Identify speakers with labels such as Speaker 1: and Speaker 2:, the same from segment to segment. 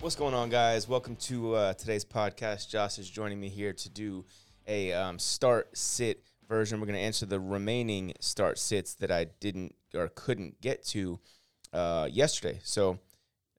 Speaker 1: What's going on, guys? Welcome to uh, today's podcast. Josh is joining me here to do a um, start sit version. We're going to answer the remaining start sits that I didn't or couldn't get to uh, yesterday. So,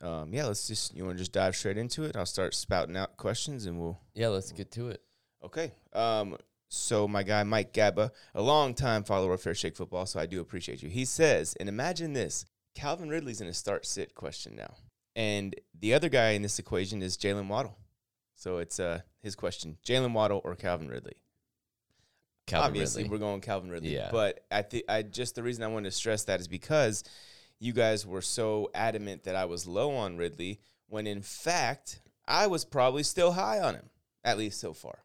Speaker 1: um, yeah, let's just you want to just dive straight into it. I'll start spouting out questions, and we'll
Speaker 2: Yeah, let's get to it.
Speaker 1: Okay. Um, so my guy Mike Gabba, a longtime follower of Fair Shake Football, so I do appreciate you. He says, and imagine this: Calvin Ridley's in a start sit question now, and the other guy in this equation is Jalen Waddle. So it's uh, his question: Jalen Waddle or Calvin Ridley?
Speaker 2: Calvin
Speaker 1: Obviously,
Speaker 2: Ridley.
Speaker 1: we're going Calvin Ridley.
Speaker 2: Yeah.
Speaker 1: But I think I just the reason I wanted to stress that is because you guys were so adamant that I was low on Ridley when in fact I was probably still high on him, at least so far.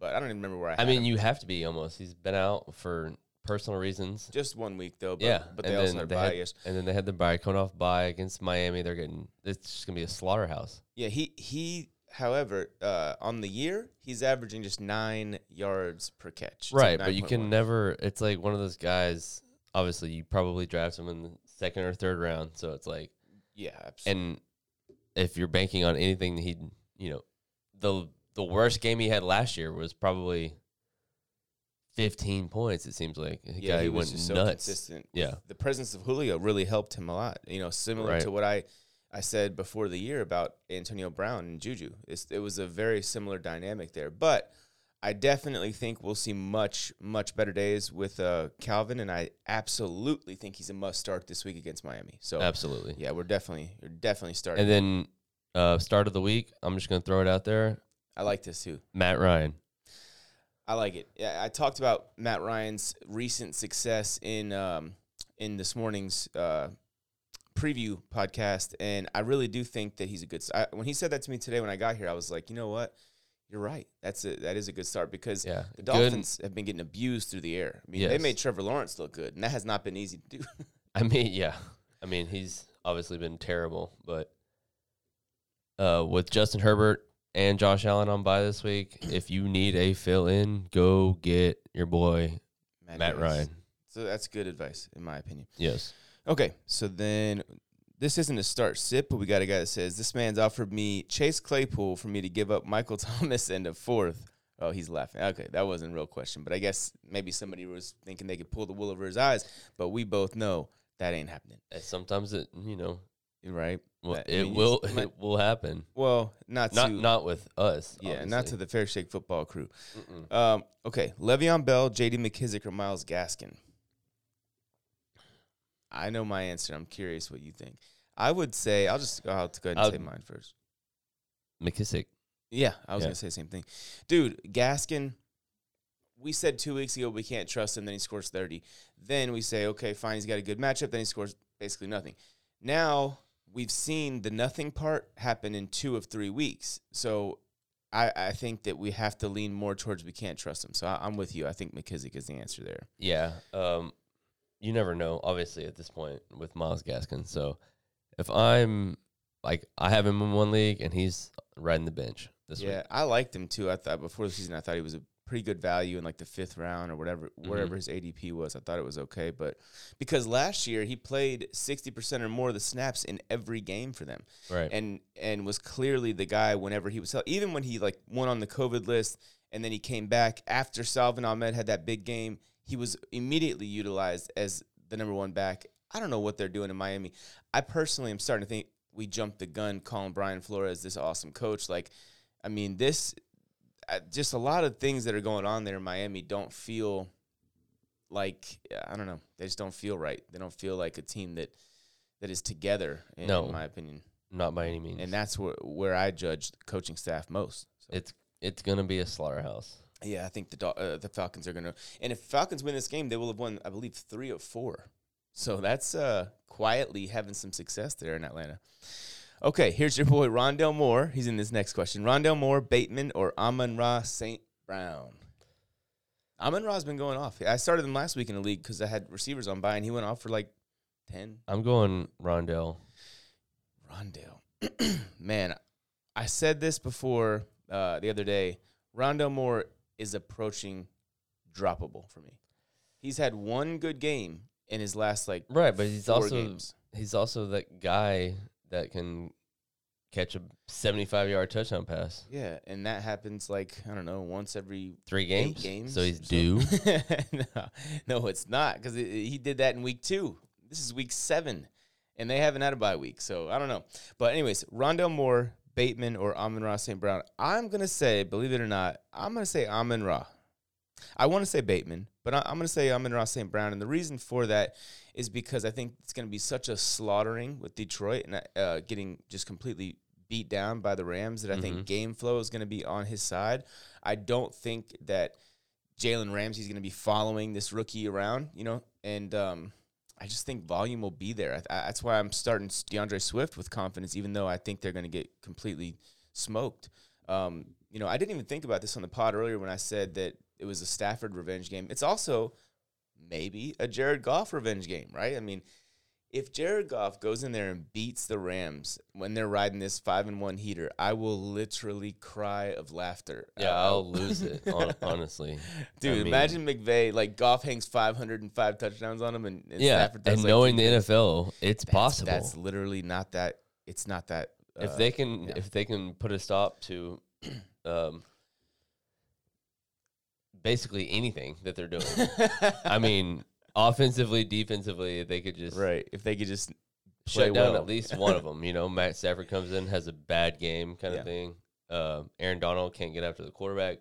Speaker 1: But I don't even remember where I.
Speaker 2: I
Speaker 1: had
Speaker 2: mean,
Speaker 1: him.
Speaker 2: you have to be almost. He's been out for personal reasons.
Speaker 1: just one week though. But,
Speaker 2: yeah,
Speaker 1: but they also are
Speaker 2: they had,
Speaker 1: biased.
Speaker 2: and then they had the bye coming off bye against Miami. They're getting it's just gonna be a slaughterhouse.
Speaker 1: Yeah, he he. However, uh, on the year, he's averaging just nine yards per catch. It's like
Speaker 2: right, but you can
Speaker 1: 9.1.
Speaker 2: never. It's like one of those guys. Obviously, you probably draft him in the second or third round. So it's like,
Speaker 1: Yeah, absolutely.
Speaker 2: and if you're banking on anything, that he, you know, the the worst game he had last year was probably. 15 points it seems like The
Speaker 1: yeah,
Speaker 2: guy
Speaker 1: he
Speaker 2: went
Speaker 1: was just so
Speaker 2: nuts
Speaker 1: consistent.
Speaker 2: Yeah.
Speaker 1: the presence of Julio really helped him a lot. You know, similar
Speaker 2: Right.
Speaker 1: to what I I said before the year about Antonio Brown and Juju. It's, it was a very similar dynamic there, but. I definitely think we'll see much, much better days with uh, Calvin, and I absolutely think he's a must start this week against Miami. So,
Speaker 2: absolutely
Speaker 1: yeah, we're definitely, we're definitely starting.
Speaker 2: And then uh, start of the week, I'm just gonna throw it out there.
Speaker 1: I like this too.
Speaker 2: Matt Ryan.
Speaker 1: I like it. Yeah, I talked about Matt Ryan's recent success in um, in this morning's uh, preview podcast, and I really do think that he's a good. s- I, when he said that to me today when I got here, I was like, you know what, you're right. That's a that is a good start because
Speaker 2: Yeah.
Speaker 1: the
Speaker 2: good-
Speaker 1: Dolphins have been getting abused through the air. I mean, they
Speaker 2: Yes.
Speaker 1: made Trevor Lawrence look good, and that has not been easy to do.
Speaker 2: I mean, yeah. I mean, he's obviously been terrible, but uh, with Justin Herbert and Josh Allen on by this week, if you need a fill in, go get your boy Matt
Speaker 1: Davis.
Speaker 2: Ryan.
Speaker 1: So that's good advice, in my opinion.
Speaker 2: Yes.
Speaker 1: Okay, so then this isn't a start sit, but we got a guy that says this man's offered me Chase Claypool for me to give up Michael Thomas and a fourth. Oh, he's laughing. Okay, that wasn't a real question, but I guess maybe somebody was thinking they could pull the wool over his eyes, but we both know that ain't happening,
Speaker 2: And sometimes it, you know,
Speaker 1: right?
Speaker 2: well,
Speaker 1: I
Speaker 2: it
Speaker 1: mean,
Speaker 2: will
Speaker 1: it's-
Speaker 2: it will happen.
Speaker 1: Well, not
Speaker 2: Not
Speaker 1: to
Speaker 2: not with us.
Speaker 1: yeah, not to
Speaker 2: obviously.
Speaker 1: the Fair Shake football crew.
Speaker 2: Mm-mm.
Speaker 1: Um, okay, Le'Veon Bell, J.D. McKissick, or Miles Gaskin? I know my answer. I'm curious what you think. I would say I'll just I'll have to go ahead and
Speaker 2: I'd-
Speaker 1: say mine first.
Speaker 2: McKissick.
Speaker 1: Yeah, I was
Speaker 2: Yeah.
Speaker 1: gonna say the same thing, dude. Gaskin, we said two weeks ago we can't trust him. Then he scores thirty. Then we say okay, fine, he's got a good matchup. Then he scores basically nothing. Now we've seen the nothing part happen in two of three weeks. So I, I think that we have to lean more towards we can't trust him. So I, I'm with you. I think McKissick is the answer there.
Speaker 2: Yeah. Um, you never know, obviously, at this point with Miles Gaskin. So if I'm like, I have him in one league and he's riding the bench this
Speaker 1: yeah,
Speaker 2: week.
Speaker 1: I liked him too. I thought before the season, I thought he was a pretty good value in like the fifth round or whatever,
Speaker 2: Mm-hmm.
Speaker 1: wherever his ADP was. I thought it was okay, but because last year he played sixty percent or more of the snaps in every game for them,
Speaker 2: Right.
Speaker 1: and and was clearly the guy whenever he was hel- even when he like went on the COVID list and then he came back after Salvin Ahmed had that big game, he was immediately utilized as the number one back. I don't know what they're doing in Miami. I personally am starting to think we jumped the gun calling Brian Flores this awesome coach. Like, I mean, this I- just a lot of things that are going on there in Miami don't feel like I don't know. They just don't feel right. They don't feel like a team that that is together. In,
Speaker 2: No.
Speaker 1: in my opinion
Speaker 2: Not by any means.
Speaker 1: and that's where where I judge the coaching staff most. So,
Speaker 2: it's it's going to be a slaughterhouse.
Speaker 1: yeah, I think the Dol- uh, the Falcons are gonna, and if Falcons win this game, they will have won, I believe, three of four. So that's uh, quietly having some success there in Atlanta. Okay, here's your boy Rondell Moore. He's in this next question: Rondell Moore, Bateman, or Amon Ra St. Brown. Amon Ra's been going off. I started him last week in the league because I had receivers on by, and he went off for like ten.
Speaker 2: I'm going Rondell.
Speaker 1: Rondell. Man, I said this before uh, the other day. Rondell Moore is approaching droppable for me. He's had one good game in his last like
Speaker 2: Right, but he's
Speaker 1: four
Speaker 2: also
Speaker 1: games.
Speaker 2: he's also that guy that can catch a 75 yard touchdown pass.
Speaker 1: Yeah, and that happens like I don't know once every
Speaker 2: Three
Speaker 1: eight
Speaker 2: games.
Speaker 1: games
Speaker 2: So he's
Speaker 1: or
Speaker 2: due.
Speaker 1: something. no, no, it's not because he did that in week two. This is week seven, and they haven't had a bye week, so I don't know. But anyways, Rondell Moore, Bateman, or Amon Ross St. Brown. I'm gonna say, believe it or not, I'm gonna say Amon Ra. I want to say Bateman, but I, I'm going to say Amon Ross St. Brown. And the reason for that is because I think it's going to be such a slaughtering with Detroit and uh, getting just completely beat down by the Rams that I think game flow is going to be on his side. I don't think that Jalen Ramsey's going to be following this rookie around, you know, and um, I just think volume will be there. I, I, that's why I'm starting S- DeAndre Swift with confidence, even though I think they're going to get completely smoked. Um, you know, I didn't even think about this on the pod earlier when I said that it was a Stafford revenge game. It's also maybe a Jared Goff revenge game, right? I mean, if Jared Goff goes in there and beats the Rams when they're riding this five and one heater, I will literally cry of laughter.
Speaker 2: Yeah,
Speaker 1: Uh,
Speaker 2: I'll lose it, hon- honestly.
Speaker 1: Dude,
Speaker 2: I mean-
Speaker 1: imagine McVay like Goff hangs 505 touchdowns on him, and, and
Speaker 2: Yeah,
Speaker 1: Stafford does
Speaker 2: and
Speaker 1: like
Speaker 2: knowing
Speaker 1: two.
Speaker 2: the NFL,
Speaker 1: That's-
Speaker 2: it's possible.
Speaker 1: That's literally not that. It's not that.
Speaker 2: if
Speaker 1: uh,
Speaker 2: they can,
Speaker 1: yeah.
Speaker 2: if they can put a stop to, um, basically anything that they're doing.
Speaker 1: uh,
Speaker 2: I mean, offensively, defensively, if they could just
Speaker 1: right, if they could just play
Speaker 2: shut down
Speaker 1: well.
Speaker 2: at least one of them. You know, Matt Stafford comes in, has a bad game, kind
Speaker 1: Yeah.
Speaker 2: of thing. Uh, Aaron Donald can't get after the quarterback.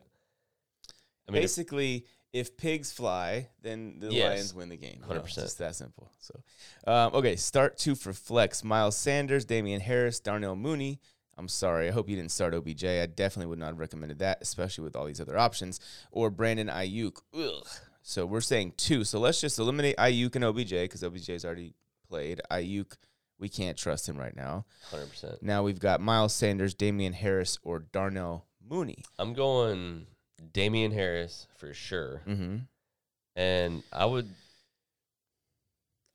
Speaker 2: I mean, if-
Speaker 1: basically, if pigs fly, then the
Speaker 2: Yes.
Speaker 1: Lions win the game. You know, it's
Speaker 2: 100%.
Speaker 1: just that simple. So, um, okay, start two for flex: Miles Sanders, Damian Harris, Darnell Mooney. I'm sorry. I hope you didn't start OBJ. I definitely would not have recommended that, especially with all these other options. Or Brandon Ayuk. Ugh. So we're saying two. So let's just eliminate Ayuk and OBJ because OBJ's already played. Ayuk, we can't trust him right now.
Speaker 2: 100%.
Speaker 1: Now we've got Miles Sanders, Damian Harris, or Darnell Mooney.
Speaker 2: I'm going Damian Harris for sure.
Speaker 1: Mm-hmm.
Speaker 2: And I would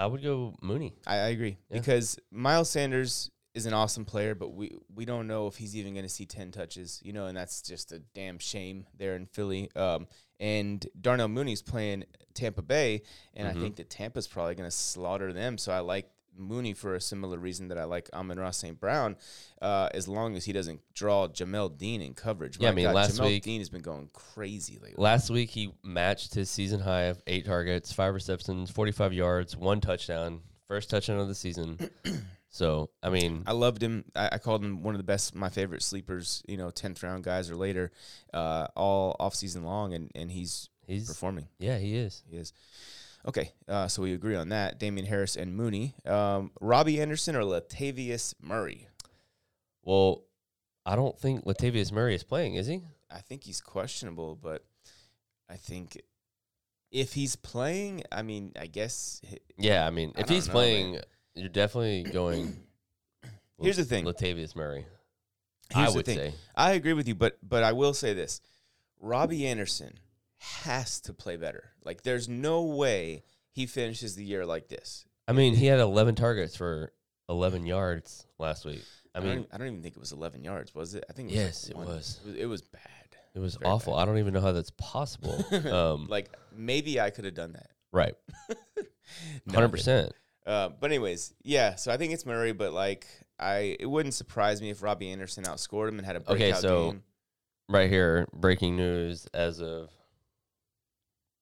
Speaker 2: I would go Mooney.
Speaker 1: I, I agree
Speaker 2: Yeah.
Speaker 1: because Miles Sanders is an awesome player, but we we don't know if he's even going to see ten touches, you know, and that's just a damn shame there in Philly. Um, and Darnell Mooney's playing Tampa Bay, and I
Speaker 2: Mhm.
Speaker 1: think that Tampa's probably going to slaughter them. So I like Mooney for a similar reason that I like Amon Ross St. Brown, uh, as long as he doesn't draw Jamel Dean in coverage.
Speaker 2: Yeah, I mean, last
Speaker 1: Jamel
Speaker 2: week-
Speaker 1: Dean has been going crazy lately.
Speaker 2: Last week he matched his season high of 8 targets, 5 receptions, 45 yards, 1 touchdown, first touchdown of the season. so, I mean,
Speaker 1: I loved him. I, I called him one of the best, my favorite sleepers, you know, 10th round guys or later, uh, all off season long, and, and he's
Speaker 2: he's
Speaker 1: performing.
Speaker 2: yeah, he is.
Speaker 1: He is. Okay, uh, so we agree on that. Damian Harris and Mooney. Um, Robbie Anderson or Latavius Murray?
Speaker 2: Well, I don't think Latavius Murray is playing, is he?
Speaker 1: I think he's questionable, but I think if he's playing, I mean, I guess. h-
Speaker 2: Yeah, I mean,
Speaker 1: I
Speaker 2: if
Speaker 1: don't
Speaker 2: he's
Speaker 1: know,
Speaker 2: playing, you're definitely going
Speaker 1: Here's the thing.
Speaker 2: Latavius Murray.
Speaker 1: Here's
Speaker 2: I
Speaker 1: the
Speaker 2: would
Speaker 1: thing.
Speaker 2: say.
Speaker 1: I agree with you, but but I will say this: Robbie Anderson has to play better. Like, there's no way he finishes the year like this.
Speaker 2: I mean, he had 11 targets for 11 yards last week. I
Speaker 1: I mean, I don't,
Speaker 2: mean,
Speaker 1: even, I don't even think it was 11 yards, was it? I think it was like
Speaker 2: yes, it
Speaker 1: one-
Speaker 2: was.
Speaker 1: It was, it was bad.
Speaker 2: It was
Speaker 1: Very
Speaker 2: awful. I don't even know how that's possible. Um,
Speaker 1: Like, maybe I could have done that.
Speaker 2: right,
Speaker 1: No,
Speaker 2: hundred percent.
Speaker 1: Uh, but anyways, yeah. So I think it's Murray, but like, I it wouldn't surprise me if Robbie Anderson outscored him and had a
Speaker 2: Okay,
Speaker 1: breakout
Speaker 2: so-
Speaker 1: game.
Speaker 2: Right here, breaking news as of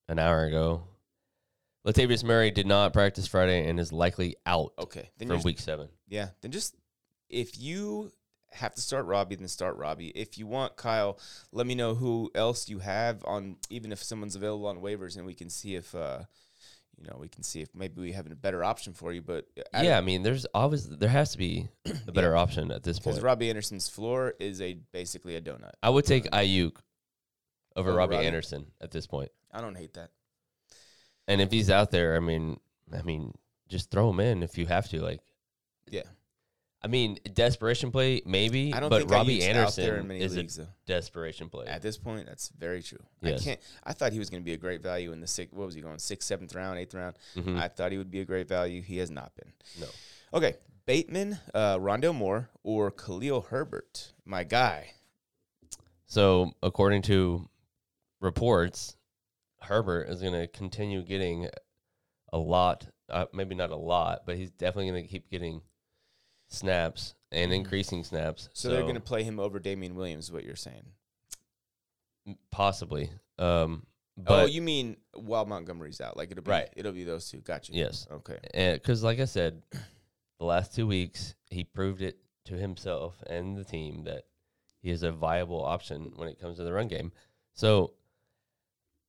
Speaker 2: an hour ago: Latavius Murray did not practice Friday and is likely out
Speaker 1: Okay, then
Speaker 2: from
Speaker 1: you're
Speaker 2: Week Seven.
Speaker 1: Yeah. Then just if you have to start Robbie, then start Robbie. If you want Kyle, let me know who else you have on, even if someone's available on waivers, and we can see if, uh, you know, we can see if maybe we have a better option for you. But at-
Speaker 2: yeah, I mean, there's always there has to be a better option at this
Speaker 1: because
Speaker 2: point.
Speaker 1: Robbie Anderson's floor is a basically a donut.
Speaker 2: I would take Ayuk over
Speaker 1: Over
Speaker 2: Robbie
Speaker 1: Robbie.
Speaker 2: Anderson at this point.
Speaker 1: I don't hate that.
Speaker 2: And if he's out there, I mean, I mean, just throw him in if you have to. Like,
Speaker 1: Yeah.
Speaker 2: I mean, desperation play maybe,
Speaker 1: I don't
Speaker 2: but
Speaker 1: think
Speaker 2: Robbie
Speaker 1: Ayuk's
Speaker 2: Anderson
Speaker 1: out there in many
Speaker 2: is
Speaker 1: leagues. though.
Speaker 2: a desperation play.
Speaker 1: At this point, that's very true.
Speaker 2: Yes.
Speaker 1: I can't. I thought he was going to be a great value in the six. What was he going? Sixth, seventh round, eighth round.
Speaker 2: Mhm.
Speaker 1: I thought he would be a great value. He has not been.
Speaker 2: No.
Speaker 1: Okay, Bateman, uh, Rondell Moore, or Khalil Herbert, my guy.
Speaker 2: So, according to reports, Herbert is going to continue getting a lot. Uh, maybe not a lot, but he's definitely going to keep getting snaps and increasing snaps.
Speaker 1: Mm. So,
Speaker 2: So,
Speaker 1: they're going to play him over Damian Williams, is what you're saying.
Speaker 2: possibly. Um, but
Speaker 1: oh, you mean while Montgomery's out? Like it'll be
Speaker 2: Right.
Speaker 1: it'll be those two. Gotcha.
Speaker 2: yes,
Speaker 1: Okay.
Speaker 2: because like I said, the last two weeks he proved it to himself and the team that he is a viable option when it comes to the run game. So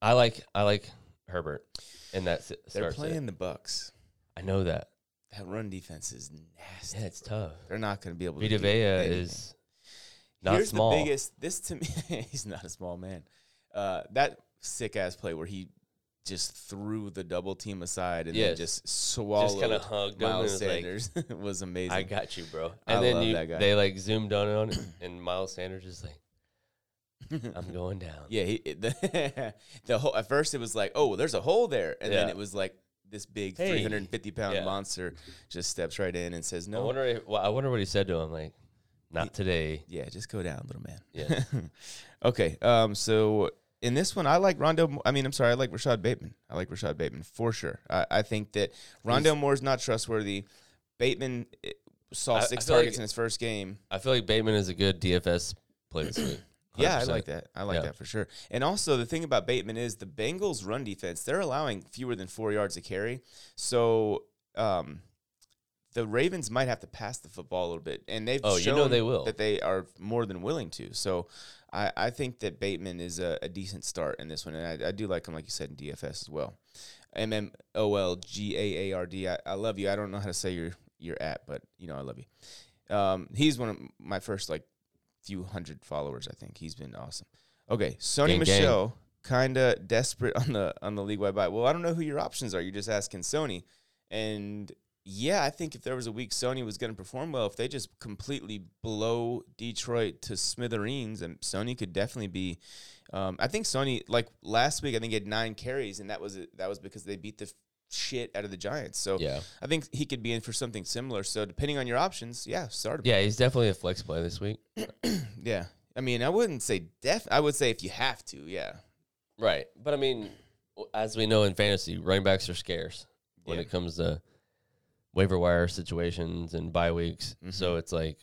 Speaker 2: I like I like Herbert, and that's it.
Speaker 1: They're
Speaker 2: starts it.
Speaker 1: playing the Bucks.
Speaker 2: I know that.
Speaker 1: That run defense is nasty.
Speaker 2: Yeah, it's tough.
Speaker 1: They're not going to be able to.
Speaker 2: Vita
Speaker 1: do
Speaker 2: Vea
Speaker 1: anything.
Speaker 2: is not
Speaker 1: Here's
Speaker 2: small.
Speaker 1: the biggest. This to me, he's not a small man. Uh, that sick ass play where he just threw the double team aside and then
Speaker 2: Yes.
Speaker 1: just
Speaker 2: just kind
Speaker 1: swallowed
Speaker 2: of hugged him and
Speaker 1: Miles
Speaker 2: was like,
Speaker 1: Sanders was amazing.
Speaker 2: I got you, bro.
Speaker 1: I
Speaker 2: And then
Speaker 1: love
Speaker 2: you,
Speaker 1: that guy.
Speaker 2: they like zoomed on on it, and Miles Sanders is like, "I'm going down."
Speaker 1: yeah, he, it- the, the whole at first it was like, oh, there's a hole there, and then
Speaker 2: Yeah.
Speaker 1: it was like this big
Speaker 2: Hey.
Speaker 1: 350 pound
Speaker 2: Yeah.
Speaker 1: monster just steps right in and says,
Speaker 2: I
Speaker 1: no,
Speaker 2: wonder. If, well, I wonder what he said to him. Like, not today.
Speaker 1: yeah, just go down, little man.
Speaker 2: Yeah.
Speaker 1: okay. Um. So in this one, I like Rondo. Mo- I mean, I'm sorry. I like Rashad Bateman. I like Rashad Bateman for sure. I, I think that Rondo Moore's not trustworthy. Bateman eh, saw
Speaker 2: I- I
Speaker 1: six
Speaker 2: feel
Speaker 1: targets
Speaker 2: like-
Speaker 1: in his first game.
Speaker 2: I feel like Bateman is a good DFS play this week.
Speaker 1: Yeah, I
Speaker 2: 100%.
Speaker 1: like that. I like
Speaker 2: Yeah.
Speaker 1: that for sure. And also, the thing about Bateman is the Bengals' run defense, they're allowing fewer than four yards a carry. So, um, the Ravens might have to pass the football a little bit. And they've
Speaker 2: Oh, you
Speaker 1: shown
Speaker 2: know they will.
Speaker 1: that they are more than willing to. So, I, I think that Bateman is a, a decent start in this one. And I, I do like him, like you said, in DFS as well. M M O L G A A R D. I, I love you. I don't know how to say your, your app, but, you know, I love you. Um, he's one of my first, like, few hundred followers. I think he's been awesome. Okay, Sony
Speaker 2: Gang, gang.
Speaker 1: Michelle, kinda desperate on the on the league wide buy. Well, I don't know who your options are. You're just asking Sony, and yeah, I think if there was a week Sony was going to perform well, if they just completely blow Detroit to smithereens, and Sony could definitely be. Um, I think Sony like last week. I think he had nine carries, and that was it. that was because they beat the f- shit out of the Giants. So
Speaker 2: Yeah,
Speaker 1: I think he could be in for something similar. So depending on your options, yeah, start him.
Speaker 2: yeah, he's definitely a flex play this week.
Speaker 1: Yeah. I mean, I wouldn't say def. I would say if you have to, yeah.
Speaker 2: Right, but I mean, w- as we know in fantasy, running backs are scarce when
Speaker 1: Yeah.
Speaker 2: it comes to waiver wire situations and bye weeks.
Speaker 1: Mm-hmm.
Speaker 2: So it's like,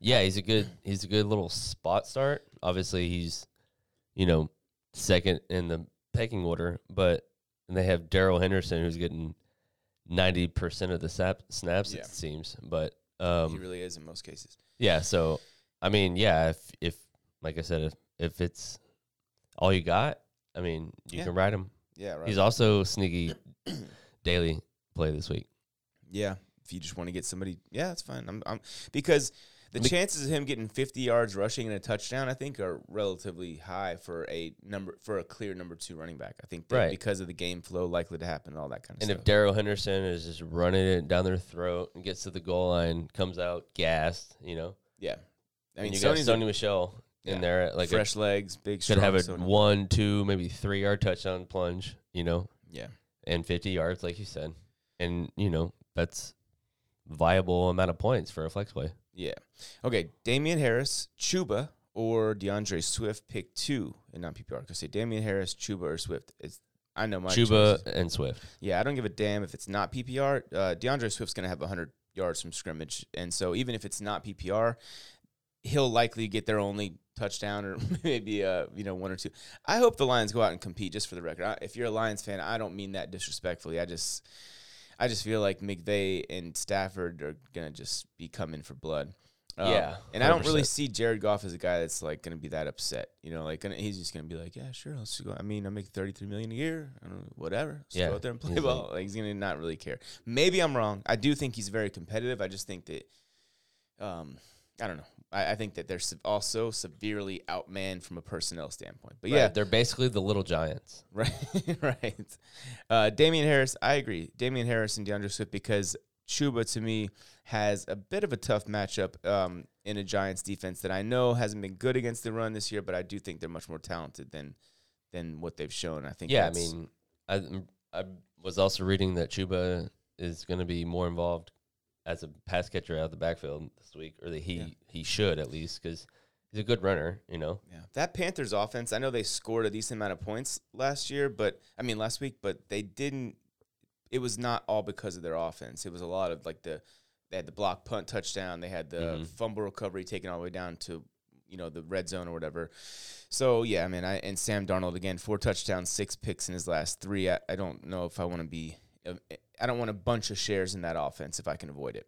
Speaker 2: yeah, he's a good he's a good little spot start. Obviously, he's you know second in the pecking order, but and they have Daryl Henderson who's getting ninety percent of the sap, snaps.
Speaker 1: Yeah.
Speaker 2: It seems, but
Speaker 1: he
Speaker 2: um,
Speaker 1: really is in most cases.
Speaker 2: yeah. So I mean, yeah, if if like I said, if if it's all you got, I mean, you
Speaker 1: Yeah.
Speaker 2: can ride him.
Speaker 1: Yeah, right.
Speaker 2: He's also sneaky daily play this week.
Speaker 1: yeah, if you just want to get somebody, yeah, that's fine. I'm, I'm because the
Speaker 2: Be-
Speaker 1: chances of him getting 50 yards rushing and a touchdown, I think, are relatively high for a number for a clear number two running back. I think that
Speaker 2: Right.
Speaker 1: because of the game flow likely to happen and all that kind of
Speaker 2: And if
Speaker 1: stuff.
Speaker 2: Daryl Henderson is just running it down their throat and gets to the goal line, comes out gassed, you know,
Speaker 1: yeah, I
Speaker 2: I
Speaker 1: mean,
Speaker 2: mean, you
Speaker 1: Sony's
Speaker 2: got Sony Michelle
Speaker 1: yeah,
Speaker 2: in there, at like
Speaker 1: fresh legs, big,
Speaker 2: a, could have a
Speaker 1: strong Sony.
Speaker 2: one, two, maybe three yard touchdown plunge, you know,
Speaker 1: Yeah,
Speaker 2: and fifty yards, like you said, and you know that's viable amount of points for a flex play.
Speaker 1: yeah. Okay, Damian Harris, Chuba, or DeAndre Swift, pick two and not PPR. Because say Damian Harris, Chuba, or Swift. It's I know my
Speaker 2: Chuba
Speaker 1: choices.
Speaker 2: and Swift.
Speaker 1: Yeah, I don't give a damn if it's not PPR. Uh, DeAndre Swift's going to have 100 yards from scrimmage. And so even if it's not PPR, he'll likely get their only touchdown or maybe uh, you know one or two. I hope the Lions go out and compete just for the record. I, if you're a Lions fan, I don't mean that disrespectfully. I just I just feel like McVay and Stafford are going to just be coming for blood. Um,
Speaker 2: Yeah,
Speaker 1: and I don't really
Speaker 2: 100%.
Speaker 1: see Jared Goff as a guy that's like going to be that upset. You know, like gonna, he's just going to be like, yeah, sure, let's just go. I mean, I make thirty three million a year. I don't know, whatever. Let's
Speaker 2: Yeah,
Speaker 1: go out there and play
Speaker 2: he's
Speaker 1: ball. Like, he's going to not really care. Maybe I'm wrong. I do think he's very competitive. I just think that, um, I don't know. I, I think that they're se- also severely outmanned from a personnel standpoint. But
Speaker 2: Right,
Speaker 1: yeah,
Speaker 2: they're basically the little giants.
Speaker 1: Right, right. Uh, Damian Harris, I agree. Damian Harris and DeAndre Swift because Chuba to me has a bit of a tough matchup um, in a Giants defense that I know hasn't been good against the run this year, but I do think they're much more talented than than what they've shown. I think.
Speaker 2: Yeah, I
Speaker 1: that's-
Speaker 2: mean, I I was also reading that Chuba is going to be more involved as a pass catcher out of the backfield this week, or that he
Speaker 1: Yeah.
Speaker 2: he should at least because he's a good runner. You know,
Speaker 1: Yeah. That Panthers offense, I know they scored a decent amount of points last year, but I mean last week, but they didn't it was not all because of their offense. It was a lot of like the They had the block punt touchdown. They had the
Speaker 2: Mhm.
Speaker 1: fumble recovery taken all the way down to you know the red zone or whatever. So yeah, I mean, I and Sam Darnold again, four touchdowns, six picks in his last three. I, I don't know if I want to be. um, I don't want a bunch of shares in that offense if I can avoid it.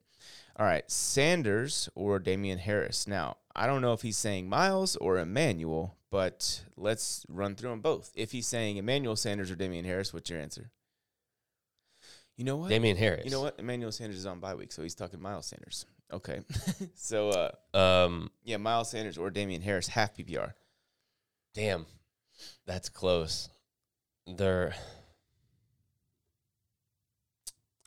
Speaker 1: All right, Sanders or Damian Harris. Now, I don't know if he's saying Miles or Emmanuel, but let's run through them both. If he's saying Emmanuel Sanders or Damian Harris, what's your answer? You know what?
Speaker 2: Damian Harris.
Speaker 1: You know what? Emmanuel Sanders is on bye week, so he's talking Miles Sanders. Okay. so, uh,
Speaker 2: Um,
Speaker 1: yeah, Miles Sanders or Damian Harris, half PPR.
Speaker 2: damn, that's close. They're.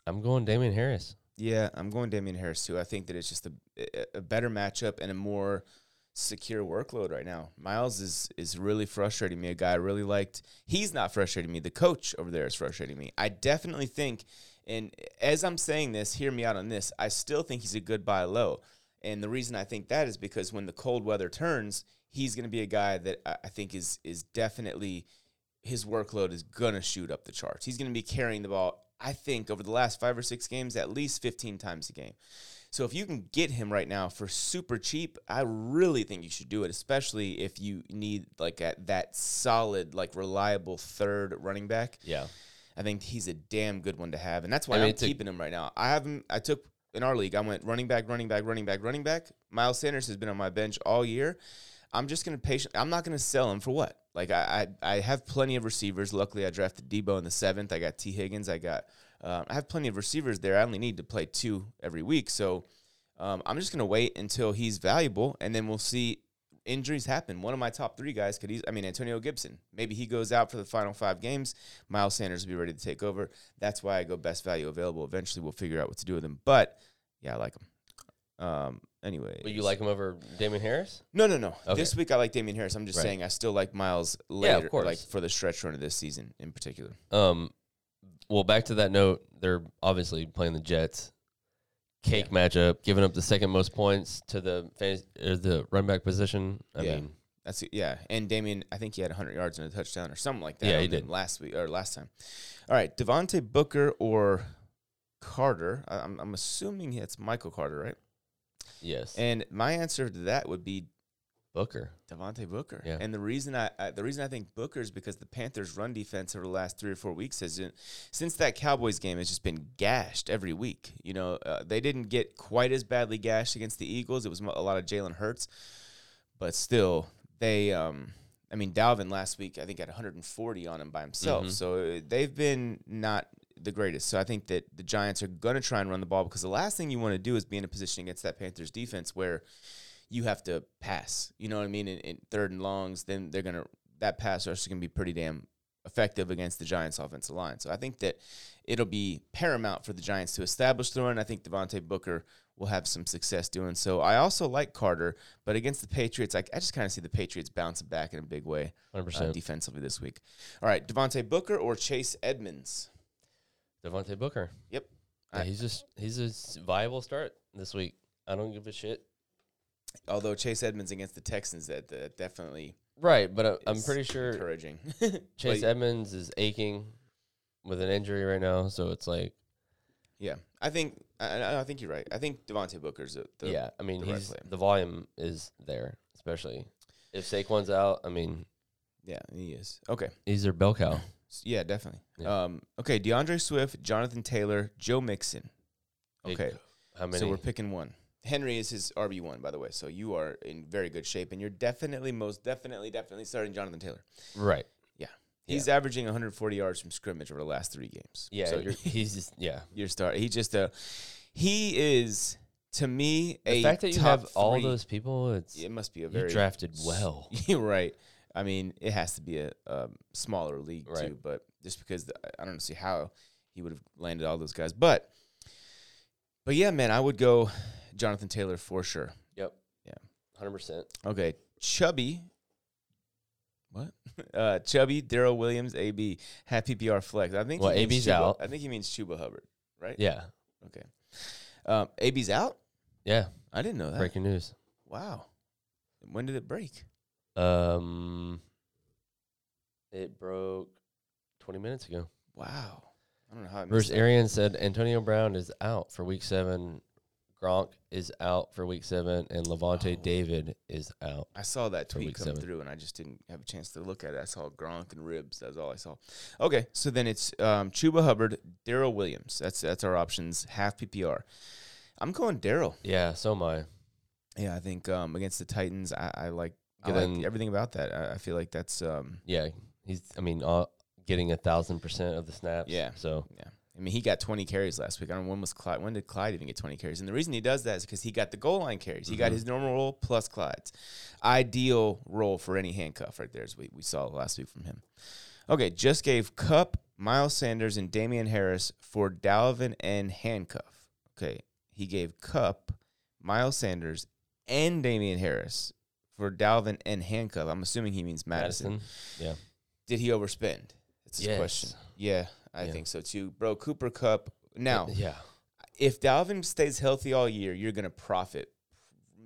Speaker 2: I'm going Damian Harris.
Speaker 1: Yeah, I'm going Damian Harris too. I think that it's just a, a- a better matchup and a more secure workload right now. Miles is is really frustrating me. A guy I really liked. He's not frustrating me. The coach over there is frustrating me. I definitely think, and as I'm saying this, hear me out on this. I still think he's a good buy low, and the reason I think that is because when the cold weather turns, he's going to be a guy that I I think is is definitely his workload is gonna shoot up the charts. He's gonna be carrying the ball, I think, over the last five or six games, at least 15 times a game. So if you can get him right now for super cheap, I really think you should do it, especially if you need like a, that solid, like reliable third running back.
Speaker 2: Yeah.
Speaker 1: I think he's a damn good one to have, and that's why I
Speaker 2: I mean,
Speaker 1: am
Speaker 2: it's a-
Speaker 1: keeping him right now. I haven't. I took in our league. I went running back, running back, running back, running back. Miles Sanders has been on my bench all year. I'm just gonna patient. I'm not gonna sell him for what? Like I, I, I have plenty of receivers. Luckily, I drafted Debo in the seventh. I got T Higgins. I got. Um, I have plenty of receivers there. I only need to play two every week, so um, I'm just gonna wait until he's valuable, and then we'll see. Injuries happen. One of my top three guys could. eas- I mean, Antonio Gibson. Maybe he goes out for the final five games. Miles Sanders will be ready to take over. That's why I go best value available. Eventually, we'll figure out what to do with him. But yeah, I like him. Um. Anyway,
Speaker 2: Would you like him over Damian Harris?
Speaker 1: no, no, no.
Speaker 2: Okay.
Speaker 1: This week I like Damian Harris. I'm just
Speaker 2: Right.
Speaker 1: saying I still like Miles later,
Speaker 2: Yeah, of course.
Speaker 1: like for the stretch run of this season in particular.
Speaker 2: Um, well, back to that note, they're obviously playing the Jets. Cake matchup, giving up the second most points to the fantasy, or the run back position. I
Speaker 1: Yeah.
Speaker 2: mean,
Speaker 1: That's yeah. And Damian, I think he had 100 yards and a touchdown or something like that.
Speaker 2: Yeah, he
Speaker 1: on them
Speaker 2: did.
Speaker 1: last week or last time. All right, Devonte Booker or Carter. I, I'm I'm assuming it's Michael Carter, right?
Speaker 2: yes,
Speaker 1: And my answer to that would be
Speaker 2: Booker.
Speaker 1: Devontae Booker.
Speaker 2: Yeah.
Speaker 1: And the reason I, I the reason I think Booker is because the Panthers run defense over the last three or four weeks has been, since that Cowboys game has just been gashed every week. You know, uh, they didn't get quite as badly gashed against the Eagles. It was mo- a lot of Jalen Hurts, but still they um I mean Dalvin last week I think had 140 on him by himself.
Speaker 2: Mhm.
Speaker 1: So uh, they've been not the greatest. So I think that the Giants are going to try and run the ball because the last thing you want to do is be in a position against that Panthers defense where you have to pass. You know what I mean? In, in third and longs, then they're gonna that pass rush is gonna be pretty damn effective against the Giants' offensive line. So I think that it'll be paramount for the Giants to establish the run. I think Devontae Booker will have some success doing so. I also like Carter, but against the Patriots, I, I just kind of see the Patriots bouncing back in a big way
Speaker 2: Hundred
Speaker 1: uh,
Speaker 2: percent.
Speaker 1: defensively this week. All right, Devontae Booker or Chase Edmonds?
Speaker 2: Devontae Booker.
Speaker 1: Yep.
Speaker 2: Yeah,
Speaker 1: I-
Speaker 2: he's just he's a s- viable start this week. I don't give a shit.
Speaker 1: Although Chase Edmonds against the Texans, that, that definitely
Speaker 2: Right, but I, I'm
Speaker 1: is
Speaker 2: pretty sure
Speaker 1: encouraging.
Speaker 2: Chase
Speaker 1: But-
Speaker 2: Edmonds is aching with an injury right now, so it's like,
Speaker 1: Yeah, I think I- I, I think you're right. I think Devontae Booker's the, the
Speaker 2: yeah, I mean,
Speaker 1: the right
Speaker 2: he's
Speaker 1: play.
Speaker 2: the volume is there, especially if Saquon's out. I mean,
Speaker 1: yeah he is okay.
Speaker 2: he's their bell cow.
Speaker 1: S- Yeah, definitely.
Speaker 2: Yeah.
Speaker 1: Um, okay, DeAndre Swift, Jonathan Taylor, Joe Mixon.
Speaker 2: Big-
Speaker 1: Okay,
Speaker 2: How many?
Speaker 1: so we're picking one. Henry is his RB one, by the way. So you are in very good shape, and you're definitely, most definitely, definitely starting Jonathan Taylor.
Speaker 2: right.
Speaker 1: He's averaging 140 yards from scrimmage over the last three games.
Speaker 2: Yeah,
Speaker 1: so
Speaker 2: you're, he's just, yeah.
Speaker 1: you're starting. He just uh, he is to me
Speaker 2: The
Speaker 1: a
Speaker 2: fact that you
Speaker 1: top
Speaker 2: have all
Speaker 1: three-
Speaker 2: those people, it's
Speaker 1: It must be a
Speaker 2: you
Speaker 1: very
Speaker 2: drafted well.
Speaker 1: You're right. I mean, it has to be a um, smaller league
Speaker 2: Right.
Speaker 1: too, but just because the, I- I don't see how he would have landed all those guys, but but yeah, man, I would go Jonathan Taylor for sure.
Speaker 2: Yep.
Speaker 1: Yeah.
Speaker 2: Hundred percent.
Speaker 1: Okay, Chubby. What? Uh, Chubby, Daryl Williams, AB, half PPR flex. I think he
Speaker 2: Well,
Speaker 1: means
Speaker 2: AB's
Speaker 1: Chuba-
Speaker 2: out.
Speaker 1: I think he means Chuba Hubbard, right?
Speaker 2: Yeah.
Speaker 1: Okay. Um, AB's out.
Speaker 2: Yeah.
Speaker 1: I didn't know that.
Speaker 2: Breaking news.
Speaker 1: Wow. When did it break?
Speaker 2: Um, it broke twenty minutes ago.
Speaker 1: Wow. I don't know how. I missed
Speaker 2: Bruce
Speaker 1: that.
Speaker 2: Arian said Antonio Brown is out for Week Seven Gronk is out for week seven, and Levante
Speaker 1: Oh.
Speaker 2: David is out.
Speaker 1: I saw that
Speaker 2: For
Speaker 1: tweet
Speaker 2: week
Speaker 1: come
Speaker 2: seven.
Speaker 1: through, and I just didn't have a chance to look at it. I saw Gronk and ribs. That's all I saw. Okay, so then it's um, Chuba Hubbard, Daryl Williams. That's that's our options. Half PPR. I'm going Daryl.
Speaker 2: Yeah, so am I.
Speaker 1: Yeah, I think um, against the Titans, I, I like, I
Speaker 2: And
Speaker 1: like
Speaker 2: then-
Speaker 1: everything about that. I, I feel like that's um,
Speaker 2: Yeah, he's. I mean, uh, getting a thousand percent of the snaps.
Speaker 1: Yeah.
Speaker 2: So
Speaker 1: yeah. I mean, he got 20 carries last week. I don't know when was Clyde. When did Clyde even get 20 carries? And the reason he does that is because he got the goal line carries. He got
Speaker 2: Mhm.
Speaker 1: his normal role plus Clyde's ideal role for any handcuff right there, as we, we saw last week from him. Okay, just gave Cup, Miles Sanders, and Damian Harris for Dalvin and handcuff. Okay, he gave Cup, Miles Sanders, and Damian Harris for Dalvin and handcuff. I'm assuming he means Madison.
Speaker 2: Madison. Yeah.
Speaker 1: Did he overspend? That's his question.
Speaker 2: Yes.
Speaker 1: Yeah, I
Speaker 2: Yeah.
Speaker 1: think so too, bro. Cooper Cup. Now,
Speaker 2: Yeah.
Speaker 1: if Dalvin stays healthy all year, you're gonna profit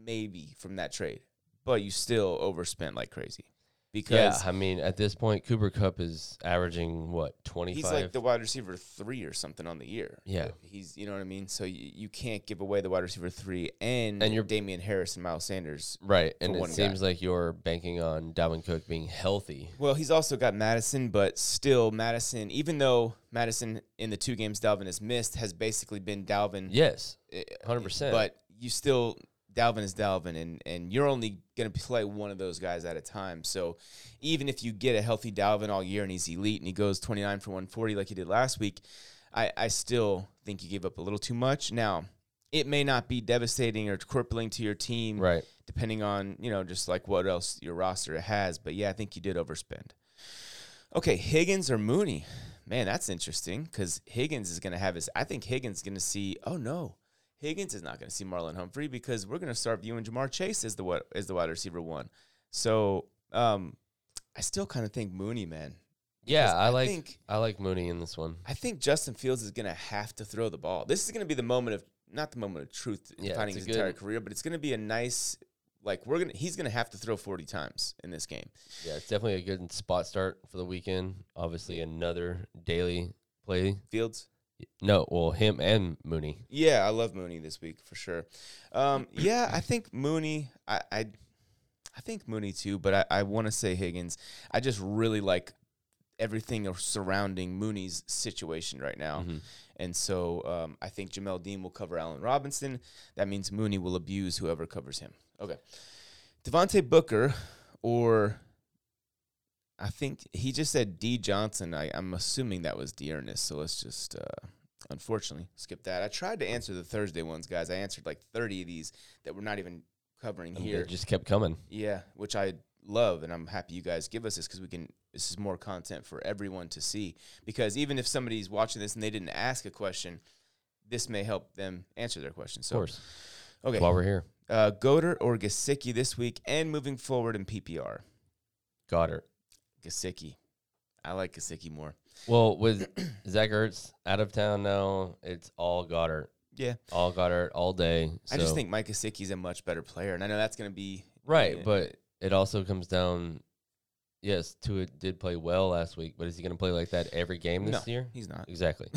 Speaker 1: maybe from that trade, but you still overspent like crazy
Speaker 2: Yeah.
Speaker 1: because
Speaker 2: I mean, at this point, Cooper Cup is averaging what twenty
Speaker 1: he's like
Speaker 2: five.
Speaker 1: the wide receiver three or something on the year.
Speaker 2: Yeah.
Speaker 1: he's you know what I mean. So you, you can't give away the wide receiver three and
Speaker 2: And
Speaker 1: and
Speaker 2: you're-
Speaker 1: your Damian Harris and Miles Sanders.
Speaker 2: Right, and
Speaker 1: one
Speaker 2: it
Speaker 1: guy.
Speaker 2: seems like you're banking on Dalvin Cook being healthy.
Speaker 1: Well, he's also got Madison, but still Madison. Even though Madison in the two games Dalvin has missed, has basically been Dalvin
Speaker 2: Yes,
Speaker 1: uh,
Speaker 2: 100%.
Speaker 1: But you still Dalvin is Dalvin, and and you're only going to play one of those guys at a time. So even if you get a healthy Dalvin all year and he's elite and he goes 29 for 140 like he did last week, I I still think you give up a little too much. Now it may not be devastating or crippling to your team,
Speaker 2: right.
Speaker 1: depending on you know just like what else your roster has. But yeah, I think you did overspend. Okay, Higgins or Mooney, man, that's interesting because Higgins is going to have his. I think Higgins is going to see. Oh no, Higgins is not going to see Marlon Humphrey because we're going to start viewing Jamar Chase as the wi- as the wide receiver one. So um, I still kind of think Mooney, man.
Speaker 2: Yeah,
Speaker 1: Because
Speaker 2: I
Speaker 1: I
Speaker 2: like
Speaker 1: think-
Speaker 2: I like Mooney in this one.
Speaker 1: I think Justin Fields is going to have to throw the ball. This is going to be the moment of not the moment of truth in
Speaker 2: Yeah,
Speaker 1: finding
Speaker 2: it's
Speaker 1: his
Speaker 2: a
Speaker 1: entire
Speaker 2: good-
Speaker 1: career, but it's going to be a nice like we're going to he's going to have to throw 40 times in this game.
Speaker 2: Yeah, it's definitely a good spot start for the weekend. Obviously, another daily play.
Speaker 1: Fields
Speaker 2: No, well, him and Mooney.
Speaker 1: Yeah, I love Mooney this week for sure. Um, yeah, I think Mooney. I, I, I think Mooney too, but I, I want to say Higgins. I just really like everything surrounding Mooney's situation right now,
Speaker 2: Mhm.
Speaker 1: and so um, I think Jamel Dean will cover Allen Robinson. That means Mooney will abuse whoever covers him. Okay, Devontae Booker, or I think he just said D Johnson. I, I'm assuming that was Dearness, so let's just. Uh, unfortunately skip that i tried to answer the thursday ones guys i answered like 30 of these that we're not even covering
Speaker 2: And
Speaker 1: here
Speaker 2: They just kept coming.
Speaker 1: yeah which i love and i'm happy you guys give us this because we can this is more content for everyone to see because even if somebody's watching this and they didn't ask a question this may help them answer their question
Speaker 2: Of
Speaker 1: so
Speaker 2: course.
Speaker 1: okay
Speaker 2: While we're here,
Speaker 1: uh, goder or gasicki this week and moving forward in ppr
Speaker 2: Goddard.
Speaker 1: gasicki i like gasicki more
Speaker 2: Well, with Zach Ertz out of town now, it's all Goddard.
Speaker 1: yeah
Speaker 2: All Goddard all day.
Speaker 1: i just
Speaker 2: so-
Speaker 1: think mike gasicki's a much better player and i know that's going to be
Speaker 2: Right,
Speaker 1: Yeah.
Speaker 2: but it also comes down. Yes, Tua did play well last week, but is he going to play like that every game this
Speaker 1: No,
Speaker 2: year?
Speaker 1: he's not
Speaker 2: Exactly.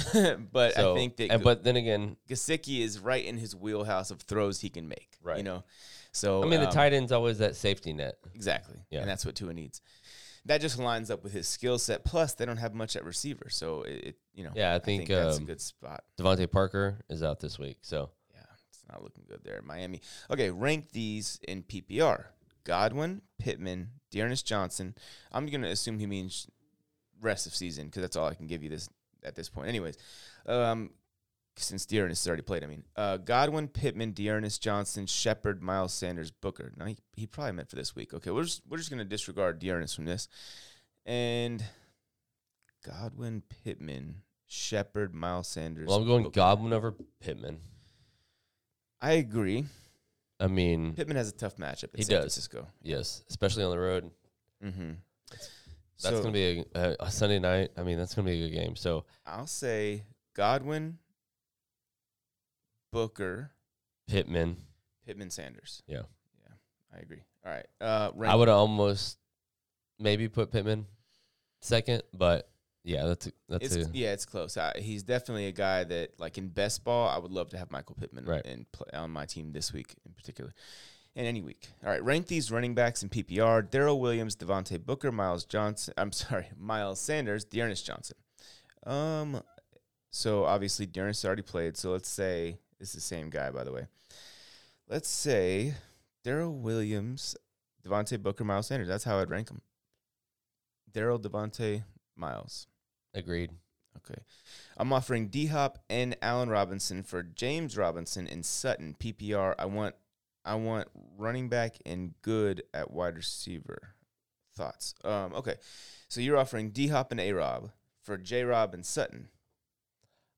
Speaker 1: but
Speaker 2: So-
Speaker 1: I think that
Speaker 2: and,
Speaker 1: Ga-
Speaker 2: but then again,
Speaker 1: Gesicki is right in his wheelhouse of throws he can make. You
Speaker 2: Right.
Speaker 1: know, so
Speaker 2: I mean, the
Speaker 1: um,
Speaker 2: tight end's always that safety net.
Speaker 1: exactly,
Speaker 2: Yeah.
Speaker 1: and that's what Tua needs. That just lines up with his skill set. Plus, they don't have much at receiver, so it, it you know.
Speaker 2: Yeah, I
Speaker 1: I
Speaker 2: think,
Speaker 1: think that's a
Speaker 2: um,
Speaker 1: good spot.
Speaker 2: Devontae Parker is out this week, so
Speaker 1: Yeah, it's not looking good there in Miami. Okay, rank these in PPR: Godwin, Pittman, Dearness Johnson. I'm gonna assume he means rest of season because that's all I can give you this at this point. Anyways, um, since Dearness has already played, I mean, uh, Godwin, Pittman, Dearness Johnson, Shepard, Miles Sanders, Booker. Now he, he probably meant for this week. Okay, we're just we're just gonna disregard Dearness from this, and Godwin, Pittman, Shepard, Miles Sanders.
Speaker 2: well, I'm going
Speaker 1: Booker.
Speaker 2: Goblin over Pittman.
Speaker 1: I agree.
Speaker 2: I mean,
Speaker 1: Pittman has a tough matchup. In
Speaker 2: He
Speaker 1: San
Speaker 2: does.
Speaker 1: Francisco.
Speaker 2: yes, especially on the road.
Speaker 1: Mm-hmm.
Speaker 2: That's going to be a, a, a Sunday night. I mean, that's going to be a good game. So
Speaker 1: I'll say Godwin, Booker,
Speaker 2: Pittman,
Speaker 1: Pittman, Sanders.
Speaker 2: Yeah.
Speaker 1: yeah, I agree. All right, uh,
Speaker 2: I
Speaker 1: rank-
Speaker 2: would almost maybe put Pittman second, but Yeah, that's a, that's
Speaker 1: It's, e
Speaker 2: a,
Speaker 1: yeah, it's close. I, he's definitely a guy that, like in best ball, I would love to have Michael Pittman
Speaker 2: Right.
Speaker 1: and play on my team this week in particular, and any week. All right, rank these running backs in PPR: Daryl Williams, Devontae Booker, Miles Johnson. I'm sorry, Miles Sanders, Dearness Johnson. Um, so obviously Dearness already played. So let's say it's the same guy, by the way. Let's say Daryl Williams, Devontae Booker, Miles Sanders. That's how I'd rank them. Daryl, Devontae, Miles.
Speaker 2: agreed.
Speaker 1: Okay. I'm offering D Hop and Allen Robinson for James Robinson and Sutton PPR. I want I want running back and good at wide receiver. Thoughts. Um okay. So you're offering D Hop and A Rob for J Rob and Sutton.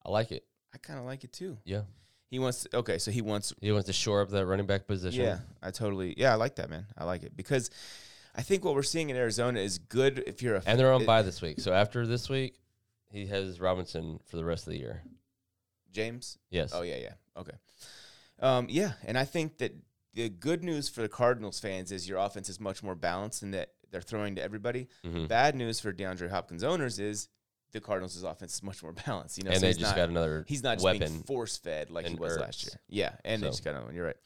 Speaker 2: I like it.
Speaker 1: I kind of like it too.
Speaker 2: Yeah.
Speaker 1: He wants Okay, so he wants
Speaker 2: He wants to shore up that running back position.
Speaker 1: Yeah, I totally. Yeah, I like that, man. I like it because I think what we're seeing in Arizona is good if you're a
Speaker 2: And they're on
Speaker 1: it-
Speaker 2: bye this week. So after this week, he has Robinson for the rest of the year.
Speaker 1: James.
Speaker 2: Yes.
Speaker 1: Oh yeah, yeah. Okay. Um, yeah, and I think that the good news for the Cardinals fans is your offense is much more balanced and that they're throwing to everybody.
Speaker 2: Mhm.
Speaker 1: Bad news for DeAndre Hopkins owners is the Cardinals' offense is much more balanced. You know,
Speaker 2: and
Speaker 1: so
Speaker 2: they
Speaker 1: he's
Speaker 2: just
Speaker 1: not,
Speaker 2: got another
Speaker 1: he's not just being
Speaker 2: weapon.
Speaker 1: force fed like he
Speaker 2: and
Speaker 1: was
Speaker 2: Ertz.
Speaker 1: last year. Yeah, and they
Speaker 2: So-
Speaker 1: just got another one. You're right.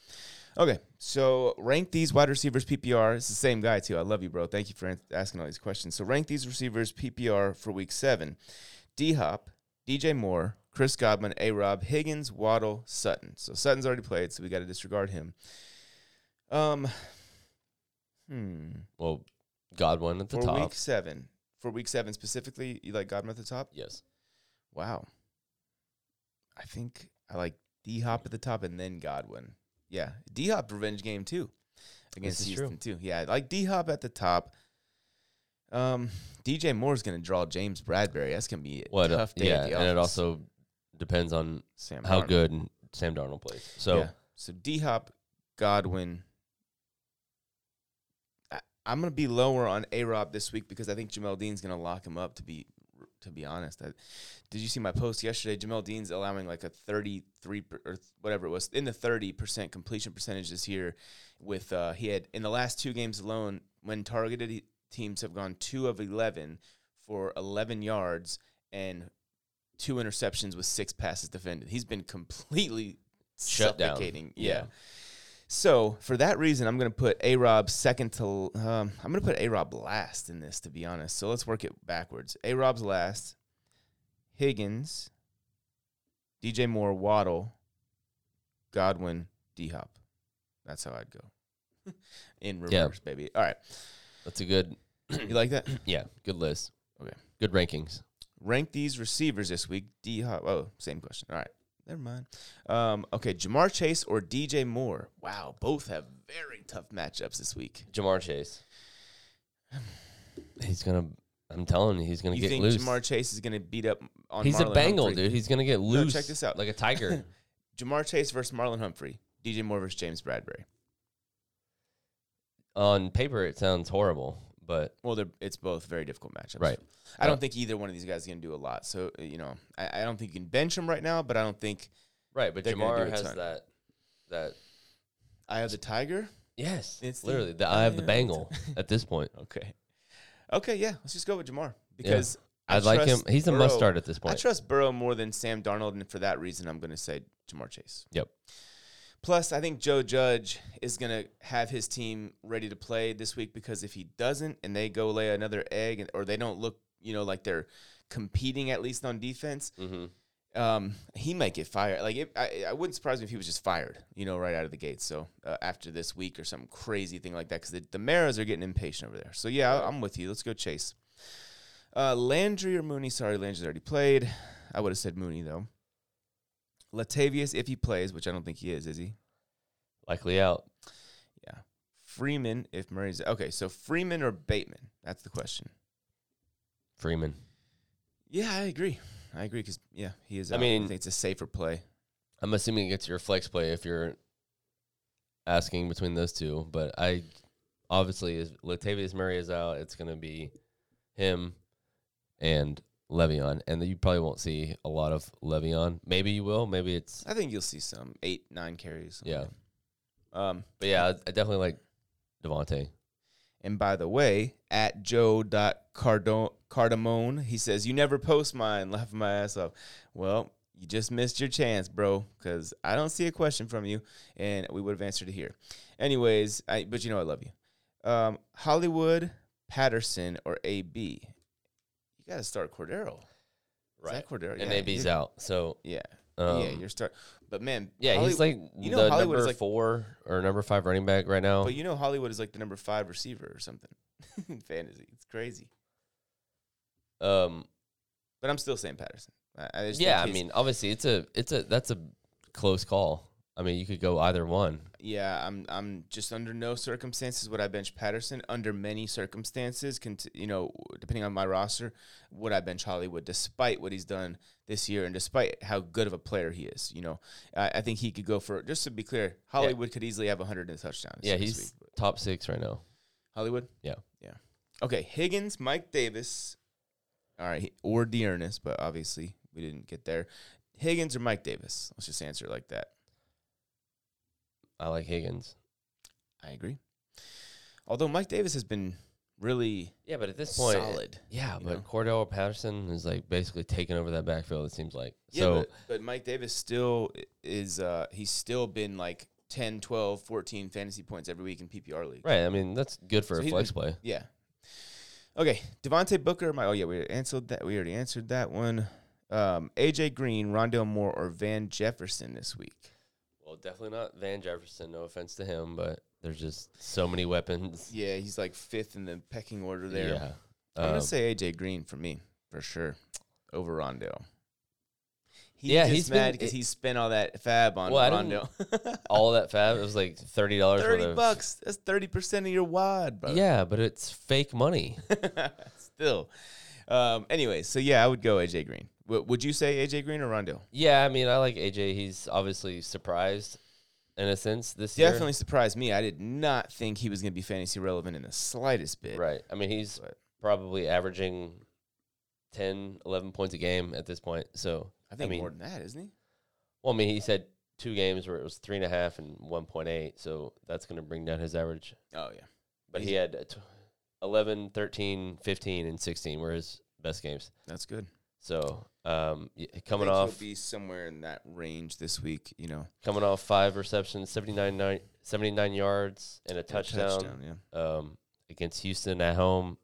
Speaker 1: Okay, so rank these wide receivers PPR. It's the same guy too. I love you, bro. Thank you for an- asking all these questions. So rank these receivers PPR for Week Seven: D Hop, DJ Moore, Chris Godwin, A Rob, Higgins, Waddle, Sutton. So Sutton's already played, so we got to disregard him. Um, hmm.
Speaker 2: Well, Godwin at the
Speaker 1: for
Speaker 2: top.
Speaker 1: Week Seven, for Week Seven specifically, you like Godwin at the top?
Speaker 2: Yes.
Speaker 1: Wow. I think I like D Hop at the top and then Godwin. Yeah. D Hop revenge game too. Against
Speaker 2: This is true.
Speaker 1: Houston too. Yeah, I like D Hop at the top. Um DJ Moore's gonna draw James Bradbury. That's gonna be a
Speaker 2: What?
Speaker 1: tough day
Speaker 2: yeah.
Speaker 1: at the
Speaker 2: and it
Speaker 1: office.
Speaker 2: also depends on
Speaker 1: Sam
Speaker 2: how
Speaker 1: Darnold.
Speaker 2: good Sam Darnold plays. So
Speaker 1: Yeah. so D Hop, Godwin. I, I'm gonna be lower on A Rob this week because I think Jamel Dean's gonna lock him up. To be to be honest, I, did you see my post yesterday? Jamel Dean's allowing like a 33 per, or whatever it was in the 30 percent completion percentage this year. With uh, he had in the last two games alone, when targeted he- teams have gone two of 11 for 11 yards and two interceptions with six passes defended. He's been completely
Speaker 2: Shut down.
Speaker 1: suffocating. Yeah.
Speaker 2: Yeah.
Speaker 1: So for that reason, I'm going to put A Rob second to. Um, I'm going to put A Rob last in this, to be honest. So let's work it backwards. A Rob's last. Higgins, DJ Moore, Waddle, Godwin, D Hop. That's how I'd go. in reverse,
Speaker 2: Yeah.
Speaker 1: baby. All right.
Speaker 2: that's a good.
Speaker 1: You like that?
Speaker 2: Yeah. Good list.
Speaker 1: Okay.
Speaker 2: Good rankings.
Speaker 1: rank these receivers this week. D Hop. Oh, same question. All right. Never mind. Um, okay, Jamar Chase or DJ Moore. Wow, both have very tough matchups this week.
Speaker 2: Jamar Chase. He's gonna. I'm telling you, he's gonna
Speaker 1: You
Speaker 2: get
Speaker 1: think
Speaker 2: loose.
Speaker 1: Jamar Chase is going to beat up on?
Speaker 2: he's
Speaker 1: Marlon
Speaker 2: a Bengal,
Speaker 1: Humphrey?
Speaker 2: dude. He's gonna get
Speaker 1: No,
Speaker 2: loose.
Speaker 1: check this out.
Speaker 2: Like a tiger.
Speaker 1: Jamar Chase versus Marlon Humphrey. DJ Moore versus James Bradbury.
Speaker 2: On paper, it sounds horrible, but
Speaker 1: Well, they're, it's both very difficult matchups.
Speaker 2: Right.
Speaker 1: I don't
Speaker 2: Yeah.
Speaker 1: think either one of these guys is going to do a lot. So uh, you know, I, I don't think you can bench him right now. But I don't think
Speaker 2: right. But
Speaker 1: They're gonna
Speaker 2: Jamar
Speaker 1: do a
Speaker 2: has
Speaker 1: ton.
Speaker 2: that. That
Speaker 1: I have the tiger.
Speaker 2: yes,
Speaker 1: It's the-
Speaker 2: literally the eye of the
Speaker 1: yeah.
Speaker 2: Bengal at this point.
Speaker 1: Okay. Okay. Yeah. Let's just go with Jamar because I
Speaker 2: I'd like him.
Speaker 1: trust
Speaker 2: He's a
Speaker 1: Burrow.
Speaker 2: must start at this
Speaker 1: I
Speaker 2: point.
Speaker 1: trust Burrow more than Sam Darnold, and for that reason, I'm going to say Jamar Chase.
Speaker 2: Yep.
Speaker 1: Plus, I think Joe Judge is going to have his team ready to play this week because if he doesn't and they go lay another egg and, or they don't look, you know, like they're competing at least on defense,
Speaker 2: hmm
Speaker 1: um, he might get fired. Like, it, I, I wouldn't surprise me if he was just fired, you know, right out of the gate. So uh, after this week or some crazy thing like that, because the, the Maras are getting impatient over there. So yeah, I, I'm with you. Let's go Chase. Uh, Landry or Mooney? Sorry, Landry's already played. I would have said Mooney though. Latavius, if he plays, which I don't think he is, is he?
Speaker 2: Likely out.
Speaker 1: Yeah. Freeman, if Murray's okay. So Freeman or Bateman? That's the question.
Speaker 2: Freeman.
Speaker 1: Yeah, I agree. I agree because yeah, he is.
Speaker 2: I
Speaker 1: out.
Speaker 2: mean-
Speaker 1: think it's a safer play.
Speaker 2: I'm assuming it gets your flex play if you're asking between those two. But I obviously is Latavius Murray is out. It's gonna be him and Le'Veon, and you probably won't see a lot of Le'Veon. Maybe you will. Maybe it's.
Speaker 1: I think you'll see some eight, nine carries.
Speaker 2: Yeah.
Speaker 1: Um,
Speaker 2: But yeah, I, I definitely like Devontae.
Speaker 1: And by the way, at joe.cardone, Cardamone. He says, You never post mine, laughing my ass off. Well, you just missed your chance, bro, because I don't see a question from you, and we would have answered it here. Anyways, I, but you know I love you. Um, Hollywood, Patterson, or AB? You got to start Cordero. Right. Zach Cordero.
Speaker 2: and
Speaker 1: yeah,
Speaker 2: AB's
Speaker 1: you-
Speaker 2: out. So
Speaker 1: Yeah.
Speaker 2: um,
Speaker 1: yeah, you're start. But man,
Speaker 2: yeah, he's
Speaker 1: Hollywood-
Speaker 2: like
Speaker 1: you know
Speaker 2: the
Speaker 1: Hollywood
Speaker 2: number
Speaker 1: is like-
Speaker 2: four or number five running back right now.
Speaker 1: But you know, Hollywood is like the number five receiver or something in fantasy. It's crazy.
Speaker 2: um,
Speaker 1: But I'm still saying Patterson. I, I just
Speaker 2: yeah, I
Speaker 1: think he's-
Speaker 2: mean, obviously, it's a it's a that's a close call. I mean, you could go either one.
Speaker 1: yeah, I'm I'm just under no circumstances would I bench Patterson. Under many circumstances, cont- you know, depending on my roster, would I bench Hollywood despite what he's done this year and despite how good of a player he is. You know, I, I think he could go for just to be clear, Hollywood could easily have 100 in touchdowns.
Speaker 2: yeah,
Speaker 1: this
Speaker 2: he's
Speaker 1: week.
Speaker 2: top six right now.
Speaker 1: Hollywood.
Speaker 2: Yeah.
Speaker 1: Yeah. Okay, Higgins, Mike Davis. All right, he- or Dearness, but obviously we didn't get there. Higgins or Mike Davis? Let's just answer it like that.
Speaker 2: I like Higgins.
Speaker 1: I agree. Although Mike Davis has been really
Speaker 2: Yeah, but at this point,
Speaker 1: solid.
Speaker 2: yeah,
Speaker 1: you
Speaker 2: but
Speaker 1: know?
Speaker 2: Cordell Patterson is like basically taking over that backfield. It seems like
Speaker 1: Yeah,
Speaker 2: so.
Speaker 1: but, but Mike Davis still i- is uh he's still been like 10, 12, 14 fantasy points every week in PPR league.
Speaker 2: Right. I mean, that's good for
Speaker 1: So
Speaker 2: a
Speaker 1: he's
Speaker 2: flex
Speaker 1: been-
Speaker 2: play.
Speaker 1: Yeah. Okay, Devontae Booker. My oh yeah, we answered that. We already answered that one. Um, AJ Green, Rondell Moore, or Van Jefferson this week.
Speaker 2: Well, definitely not Van Jefferson. No offense to him, but there's just so many weapons.
Speaker 1: Yeah, he's like fifth in the pecking order there.
Speaker 2: Yeah.
Speaker 1: I'm gonna
Speaker 2: Um,
Speaker 1: say AJ Green for me for sure over Rondell. He's
Speaker 2: Yeah,
Speaker 1: just
Speaker 2: he's been-
Speaker 1: mad because he spent all that fab on
Speaker 2: Well, I don't-
Speaker 1: Rondell.
Speaker 2: all that fab. It was like thirty dollars.
Speaker 1: thirty bucks. That's thirty percent of your wad, bro.
Speaker 2: Yeah, but it's fake money.
Speaker 1: Still. Um. Anyway, so yeah, I would go AJ Green. W- would you say AJ Green or Rondell?
Speaker 2: yeah, I mean, I like AJ. He's obviously surprised in a sense this
Speaker 1: Definitely
Speaker 2: year.
Speaker 1: surprised me. I did not think he was going to be fantasy relevant in the slightest bit.
Speaker 2: Right. I mean, he's
Speaker 1: But
Speaker 2: probably averaging 10, 11 points a game at this point. So
Speaker 1: I think
Speaker 2: mean-
Speaker 1: more than that, isn't he?
Speaker 2: Well, I mean, he said two games where it was three and a half and one point eight, so that's going to bring down his average.
Speaker 1: Oh yeah.
Speaker 2: But he had a tw- 11, 13, 15, and sixteen were his best games.
Speaker 1: That's good.
Speaker 2: So um, y- coming
Speaker 1: think
Speaker 2: off,
Speaker 1: he'll be somewhere in that range this week. You know,
Speaker 2: coming off five receptions, 79, nine- 79 yards, and a touchdown,
Speaker 1: yeah.
Speaker 2: Um, against Houston at home.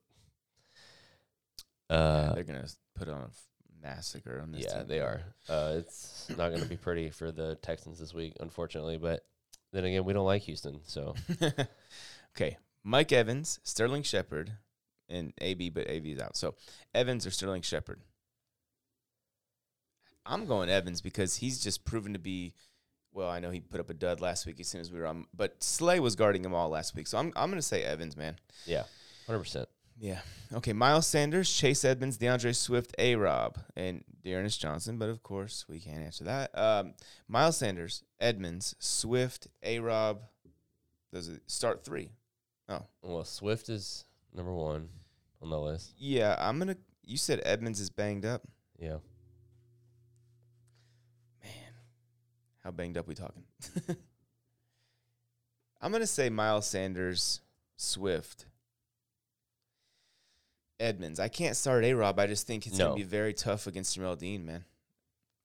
Speaker 1: Yeah,
Speaker 2: Uh,
Speaker 1: they're gonna s- put on a f- massacre on this.
Speaker 2: yeah,
Speaker 1: team.
Speaker 2: they are. Uh, it's not going to be pretty for the Texans this week, unfortunately. But then again, we don't like Houston, so
Speaker 1: okay, Mike Evans, Sterling Shepard, and AB, but AB is out. So Evans or Sterling Shepard. I'm going Evans because he's just proven to be. Well, I know he put up a dud last week as soon as we were on, but Slay was guarding him all last week, so I'm I'm gonna say Evans, man.
Speaker 2: yeah, hundred percent.
Speaker 1: Yeah. Okay. Miles Sanders, Chase Edmonds, DeAndre Swift, A Rob, and Dearness Johnson. But of course, we can't answer that. Um, Miles Sanders, Edmonds, Swift, A Rob. Those are start three.
Speaker 2: Well, Swift is number one on the list.
Speaker 1: Yeah. I'm going to. You said Edmonds is banged up.
Speaker 2: Yeah,
Speaker 1: Man. How banged up we talking? I'm going to say Miles Sanders, Swift, Edmonds. I can't start A Rob. I just think it's
Speaker 2: No.
Speaker 1: going to be very tough against Jamel Dean, man.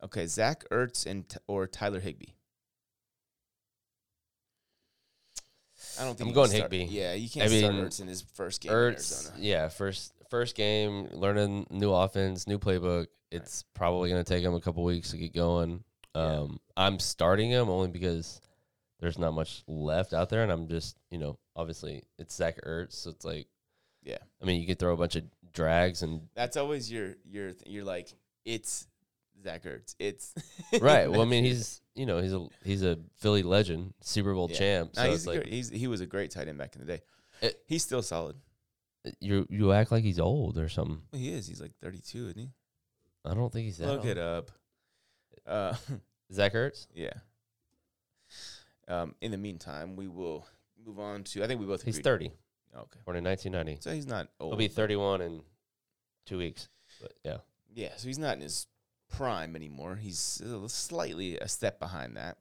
Speaker 1: Okay, Zach Ertz and t- or Tyler Higby. I don't think
Speaker 2: I'm
Speaker 1: you can
Speaker 2: going
Speaker 1: start-
Speaker 2: Higbee.
Speaker 1: Yeah, you can't
Speaker 2: I
Speaker 1: start
Speaker 2: mean,
Speaker 1: Ertz in his first game. in
Speaker 2: Ertz.
Speaker 1: Arizona.
Speaker 2: Yeah, first first game, learning new offense, new playbook. It's probably gonna take him a couple weeks to get going.
Speaker 1: Yeah.
Speaker 2: Um, I'm starting him only because there's not much left out there, and I'm just you know obviously it's Zach Ertz, so it's like
Speaker 1: Yeah.
Speaker 2: I mean you could throw a bunch of drags and
Speaker 1: That's always your your th- you're like it's Zach Ertz. It's
Speaker 2: right. Well, I mean
Speaker 1: That's it.
Speaker 2: he's you know he's a he's a Philly legend, Super Bowl
Speaker 1: Yeah.
Speaker 2: champ. So
Speaker 1: No,
Speaker 2: it's
Speaker 1: he's, a
Speaker 2: like Eh,
Speaker 1: great- he's he was a great tight end back in the day.
Speaker 2: It-
Speaker 1: he's still solid.
Speaker 2: you you act like he's old or something.
Speaker 1: Well, he is. He's like 32, isn't he?
Speaker 2: I don't think he's that
Speaker 1: Look
Speaker 2: old.
Speaker 1: it up. Uh,
Speaker 2: Zach Ertz.
Speaker 1: yeah. Um, in the meantime, we will move on to. I think we both.
Speaker 2: He's
Speaker 1: agreed.
Speaker 2: 30,
Speaker 1: Okay,
Speaker 2: born in 1990.
Speaker 1: so he's not
Speaker 2: He'll
Speaker 1: old.
Speaker 2: be 31 in two weeks. But yeah,
Speaker 1: yeah, so he's not in his prime anymore. He's uh, slightly a step behind that.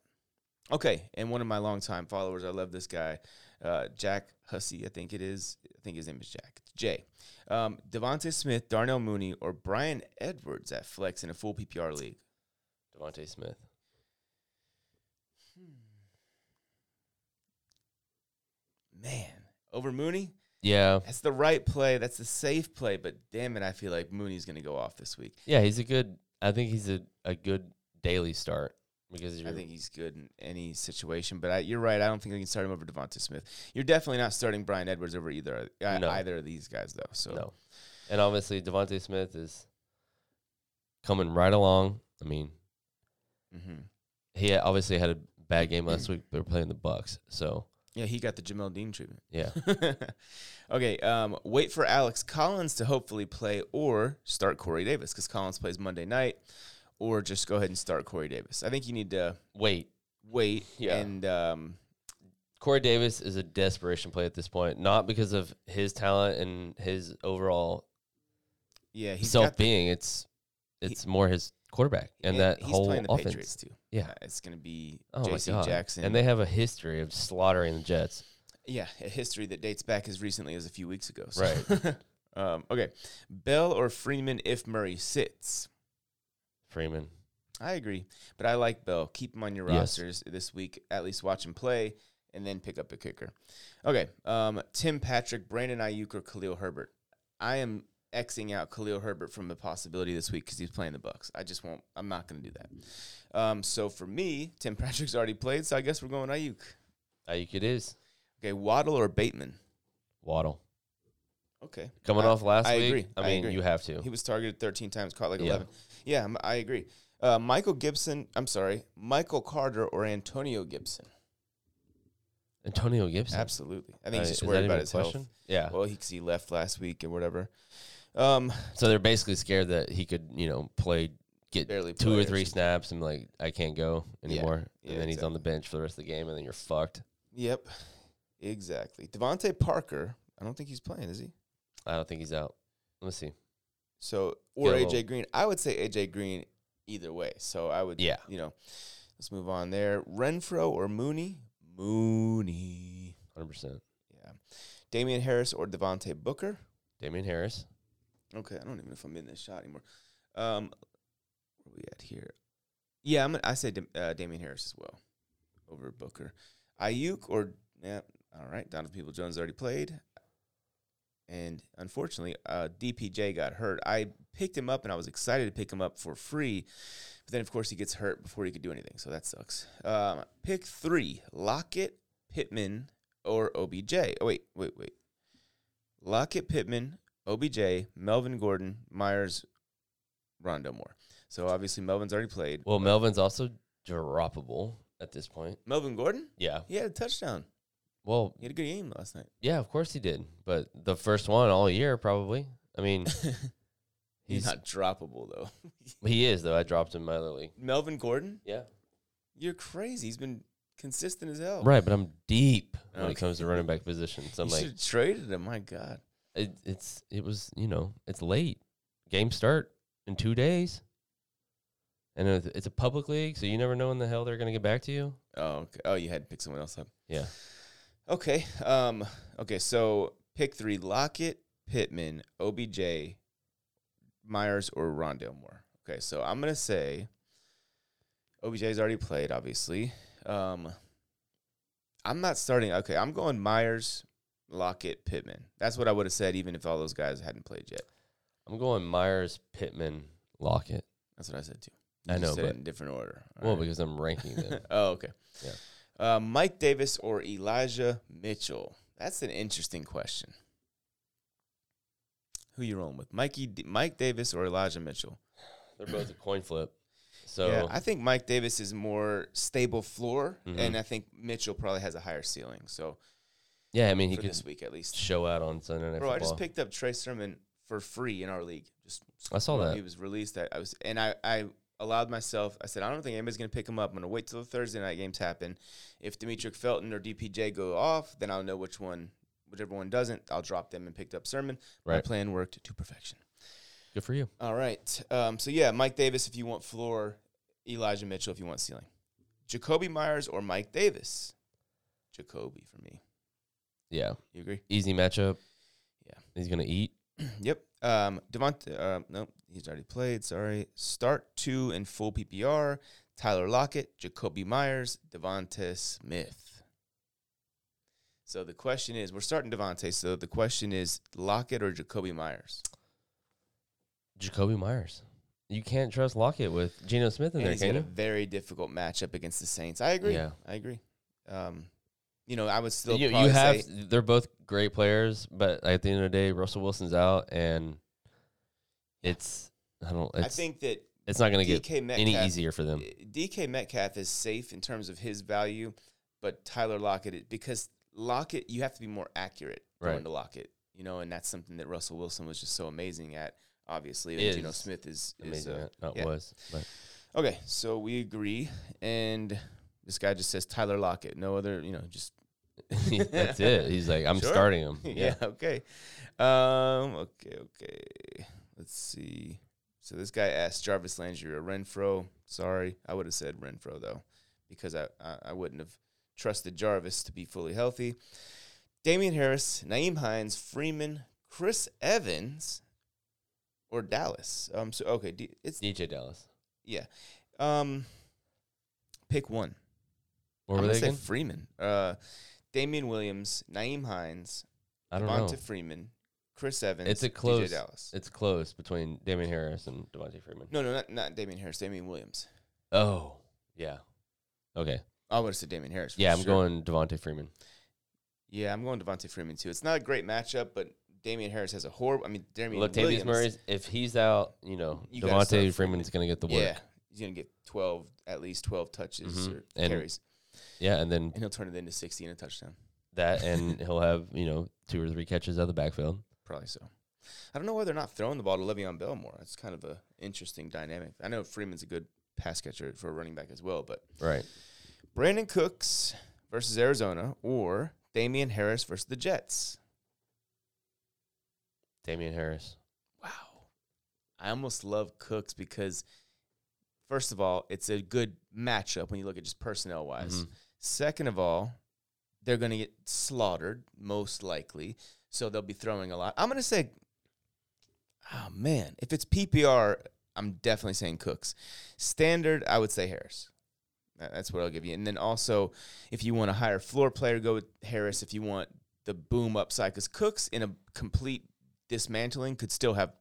Speaker 1: Okay, and one of my longtime followers, I love this guy, uh, Jack Hussey, I think it is. I think his name is Jack. It's Jay. Um, Devontae Smith, Darnell Mooney, or Brian Edwards at flex in a full PPR league.
Speaker 2: Devontae Smith.
Speaker 1: Man, over Mooney?
Speaker 2: Yeah.
Speaker 1: That's the right play. That's the safe play. But damn it, I feel like Mooney's going to go off this week.
Speaker 2: Yeah, he's a good I think he's a, a good daily start because you're
Speaker 1: I think he's good in any situation. But I, you're right. I don't think I can start him over Devonta Smith. You're definitely not starting Brian Edwards over either uh,
Speaker 2: No.
Speaker 1: either of these guys though. So
Speaker 2: no. And obviously Devontae Smith is coming right along. I mean,
Speaker 1: Mhm.
Speaker 2: he had- obviously had a bad game last week, but we're playing the Bucks. So
Speaker 1: yeah, he got the Jamel Dean treatment.
Speaker 2: yeah.
Speaker 1: okay, um, wait for Alex Collins to hopefully play or start Corey Davis because Collins plays Monday night, or just go ahead and start Corey Davis. I think you need to
Speaker 2: Wait.
Speaker 1: wait
Speaker 2: Yeah.
Speaker 1: and um,
Speaker 2: Corey Davis is a desperation play at this point, not because of his talent and his overall
Speaker 1: yeah, he's
Speaker 2: self
Speaker 1: got the-
Speaker 2: being. It's it's more his quarterback and, that
Speaker 1: he's
Speaker 2: whole
Speaker 1: playing the
Speaker 2: offense.
Speaker 1: Patriots too.
Speaker 2: Yeah.
Speaker 1: Uh, it's gonna be
Speaker 2: Oh my
Speaker 1: J.C.
Speaker 2: god.
Speaker 1: Jackson
Speaker 2: And they have a history of slaughtering the Jets.
Speaker 1: Yeah, a history that dates back as recently as a few weeks ago.
Speaker 2: Right.
Speaker 1: um, okay. Bell or Freeman if Murray sits?
Speaker 2: Freeman.
Speaker 1: I agree, but I like Bell. Keep him on your
Speaker 2: Yes.
Speaker 1: rosters this week. At least watch him play and then pick up a kicker. Okay. Um, Tim Patrick, Brandon Ayuk, or Khalil Herbert? I am Xing out Khalil Herbert from the possibility this week because he's playing the Bucks. I just won't. I'm not going to do that. Um, so for me, Tim Patrick's already played, so I guess we're going Ayuk.
Speaker 2: Ayuk it is.
Speaker 1: Okay, Waddle or Bateman?
Speaker 2: Waddle.
Speaker 1: Okay.
Speaker 2: Coming
Speaker 1: I-
Speaker 2: off last
Speaker 1: I
Speaker 2: week.
Speaker 1: agree.
Speaker 2: I
Speaker 1: I
Speaker 2: mean,
Speaker 1: agree.
Speaker 2: you have to.
Speaker 1: He was targeted 13 times, caught like
Speaker 2: Yeah.
Speaker 1: 11. Yeah, m- I agree. Uh, Michael Gibson, I'm sorry, Michael Carter or Antonio Gibson?
Speaker 2: Antonio Gibson.
Speaker 1: Absolutely. I think
Speaker 2: Uh,
Speaker 1: he's
Speaker 2: is
Speaker 1: just
Speaker 2: that
Speaker 1: worried
Speaker 2: even
Speaker 1: about
Speaker 2: a
Speaker 1: his
Speaker 2: question? Yeah.
Speaker 1: health. Well, because he left last week or whatever. Um,
Speaker 2: so they're basically scared that he could, you know, play get
Speaker 1: Barely
Speaker 2: two
Speaker 1: play
Speaker 2: or
Speaker 1: or
Speaker 2: three
Speaker 1: something.
Speaker 2: snaps and like I can't go
Speaker 1: Yeah.
Speaker 2: anymore.
Speaker 1: Yeah,
Speaker 2: and then he's on the bench for the rest of the game and then you're fucked.
Speaker 1: yep, exactly. Devontae Parker, I don't think he's playing, is he?
Speaker 2: I don't think he's out. Let me see.
Speaker 1: So, or
Speaker 2: Yeah, well-
Speaker 1: AJ Green. I would say AJ Green either way. So I would,
Speaker 2: Yeah.
Speaker 1: you know, let's move on there. Renfro or Mooney? Mooney.
Speaker 2: Hundred percent.
Speaker 1: Yeah. Damian Harris or Devontae Booker?
Speaker 2: Damian Harris.
Speaker 1: Okay, I don't even know if I'm in this shot anymore. Um, where we at here? Yeah, I'm. gonna- I said Dam- uh, Damian Harris as well over Booker, Ayuk or yeah. All right, Donald People Jones already played, and unfortunately, uh, DPJ got hurt. I picked him up and I was excited to pick him up for free, but then of course he gets hurt before he could do anything, so that sucks. Um, pick three: Lockett, Pittman, or OBJ. Oh wait, wait, wait. Lockett, Pittman, OBJ, Melvin Gordon, Myers, Rondo Moore. So obviously Melvin's already played.
Speaker 2: Well, Melvin's also droppable at this point.
Speaker 1: Melvin Gordon?
Speaker 2: Yeah.
Speaker 1: He had a touchdown.
Speaker 2: Well,
Speaker 1: He had a good game last night.
Speaker 2: yeah, of course he did. But the first one all year, probably. I mean,
Speaker 1: He's
Speaker 2: he's
Speaker 1: not droppable though.
Speaker 2: he is though. I dropped him in my other league.
Speaker 1: Melvin Gordon?
Speaker 2: Yeah.
Speaker 1: You're crazy. He's been consistent as hell.
Speaker 2: Right, but I'm deep when
Speaker 1: Okay.
Speaker 2: it comes to running back position. So I'm
Speaker 1: you
Speaker 2: like,
Speaker 1: should have traded him. My God.
Speaker 2: it, it's it was you know it's late. Game start in two days, and it's it's a public league, so you never know when the hell they're gonna get back to you.
Speaker 1: Oh, okay. oh, you had to pick someone else up.
Speaker 2: Yeah.
Speaker 1: Okay. Um. Okay. So pick three: Lockett, Pittman, OBJ, Myers, or Rondale Moore. Okay. So I'm gonna say OBJ's already played, obviously. Um. I'm not starting. Okay. I'm going Myers, Lockett, Pittman. That's what I would have said, even if all those guys hadn't played yet.
Speaker 2: I'm going Myers, Pittman, Lockett.
Speaker 1: That's what I said too.
Speaker 2: I
Speaker 1: just
Speaker 2: know,
Speaker 1: said it
Speaker 2: but-
Speaker 1: in different order.
Speaker 2: well,
Speaker 1: Alright.
Speaker 2: because I'm ranking them.
Speaker 1: oh, okay.
Speaker 2: Yeah.
Speaker 1: Uh, Mike Davis or Elijah Mitchell? That's an interesting question. Who you rolling with, Mikey? D- Mike Davis or Elijah Mitchell?
Speaker 2: they're both a coin flip. So
Speaker 1: yeah, I think Mike Davis is more stable floor,
Speaker 2: Mhm.
Speaker 1: and I think Mitchell probably has a higher ceiling. So
Speaker 2: yeah, I mean he
Speaker 1: for
Speaker 2: could
Speaker 1: this week at least,
Speaker 2: show out on Sunday night
Speaker 1: bro, I
Speaker 2: football.
Speaker 1: just picked up Trey Sermon for free in our league. Just
Speaker 2: I saw
Speaker 1: when
Speaker 2: that.
Speaker 1: he was released. I, I was, and I, I allowed myself. I said, I don't think anybody's gonna pick him up. I'm gonna wait till the Thursday night games happen. If Demetric Felton or DPJ go off, then I'll know which one, whichever one doesn't. I'll drop them and picked up Sermon. My
Speaker 2: Right.
Speaker 1: plan worked to perfection.
Speaker 2: Good for you.
Speaker 1: All right. Um, so yeah, Mike Davis if you want floor, Elijah Mitchell if you want ceiling, Jacoby Myers or Mike Davis. Jacoby for me.
Speaker 2: Yeah,
Speaker 1: You agree?
Speaker 2: easy matchup.
Speaker 1: Yeah.
Speaker 2: he's gonna eat.
Speaker 1: Yep. Um, Devonta, uh, no, he's already played. Sorry. Start two in full PPR. Tyler Lockett, Jacoby Myers, Devonta Smith. So the question is, we're starting Devonte. So the question is, Lockett or Jacoby Myers?
Speaker 2: Jacoby Myers. You can't trust Lockett with Geno Smith in
Speaker 1: And
Speaker 2: there,
Speaker 1: he's got
Speaker 2: can
Speaker 1: a
Speaker 2: you?
Speaker 1: very difficult matchup against the Saints. I agree.
Speaker 2: Yeah.
Speaker 1: I agree. Um, you know, I would still.
Speaker 2: You, you
Speaker 1: probably
Speaker 2: have.
Speaker 1: say-
Speaker 2: They're both great players, but at the end of the day, Russell Wilson's out, and it's. I don't. It's,
Speaker 1: I think that
Speaker 2: it's not gonna get
Speaker 1: DK Metcalf
Speaker 2: any easier for them.
Speaker 1: DK Metcalf is safe in terms of his value, but Tyler Lockett it- because Lockett you have to be more accurate going
Speaker 2: Right.
Speaker 1: to Lockett, you know, and that's something that Russell Wilson was just so amazing at. Obviously,
Speaker 2: Is.
Speaker 1: and Geno Smith is, is
Speaker 2: Amazing.
Speaker 1: uh,
Speaker 2: that- that
Speaker 1: yeah.
Speaker 2: was. But
Speaker 1: okay. So we agree, and this guy just says Tyler Lockett. No other, you know, just
Speaker 2: that's it. He's like, I'm
Speaker 1: Sure.
Speaker 2: starting him.
Speaker 1: yeah.
Speaker 2: Yeah.
Speaker 1: okay. Um, okay, okay. Let's see. So this guy asked Jarvis Landry or Renfro. Sorry, I would have said Renfro though, because I, I, I wouldn't have trusted Jarvis to be fully healthy. Damian Harris, Naeem Hines, Freeman, Chris Evans, or Dallas. Um, so okay, D, it's
Speaker 2: DJ Dallas.
Speaker 1: yeah. Um, pick one.
Speaker 2: Where
Speaker 1: I'm
Speaker 2: were
Speaker 1: gonna
Speaker 2: they
Speaker 1: say
Speaker 2: again?
Speaker 1: Freeman. Uh, Damian Williams, Naeem Hines,
Speaker 2: I don't know.
Speaker 1: Devonta Freeman, Chris Evans.
Speaker 2: It's a close-
Speaker 1: DJ Dallas.
Speaker 2: It's close between Damian Harris and Devontae Freeman.
Speaker 1: no, no, not, not Damian Harris. Damian Williams.
Speaker 2: Oh, yeah. Okay.
Speaker 1: I would have said Damian Harris. for
Speaker 2: Yeah, I'm
Speaker 1: sure.
Speaker 2: going Devontae Freeman.
Speaker 1: Yeah, I'm going Devontae Freeman too. It's not a great matchup, but Damian Harris has a horrible. I mean, Damian
Speaker 2: Latavius
Speaker 1: Williams.
Speaker 2: Murray's if he's out, you know,
Speaker 1: You gotta start Freeman.
Speaker 2: Devontae Freeman's gonna get the work.
Speaker 1: yeah,
Speaker 2: Yeah,
Speaker 1: he's gonna get 12, at least 12 touches
Speaker 2: Mhm.
Speaker 1: or
Speaker 2: And-
Speaker 1: carries,
Speaker 2: and then
Speaker 1: and he'll turn it into 60 and a touchdown.
Speaker 2: that, and he'll have you know two or three catches out of the backfield.
Speaker 1: Probably so. I don't know why they're not throwing the ball to Le'Veon Bell more. It's kind of a interesting dynamic. I know Freeman's a good pass catcher for a running back as well, but
Speaker 2: Right.
Speaker 1: Brandon Cooks versus Arizona or Damian Harris versus the Jets.
Speaker 2: Damian Harris.
Speaker 1: Wow. I almost love Cooks because, first of all, it's a good matchup when you look at just personnel wise.
Speaker 2: Mhm.
Speaker 1: Second of all, they're going to get slaughtered, most likely. So they'll be throwing a lot. I'm going to say, oh, man, if it's PPR, I'm definitely saying Cooks. Standard, I would say Harris. That- That's what I'll give you. And then also, if you want a higher floor player, go with Harris. If you want the boom upside, because Cooks in a complete dismantling could still have,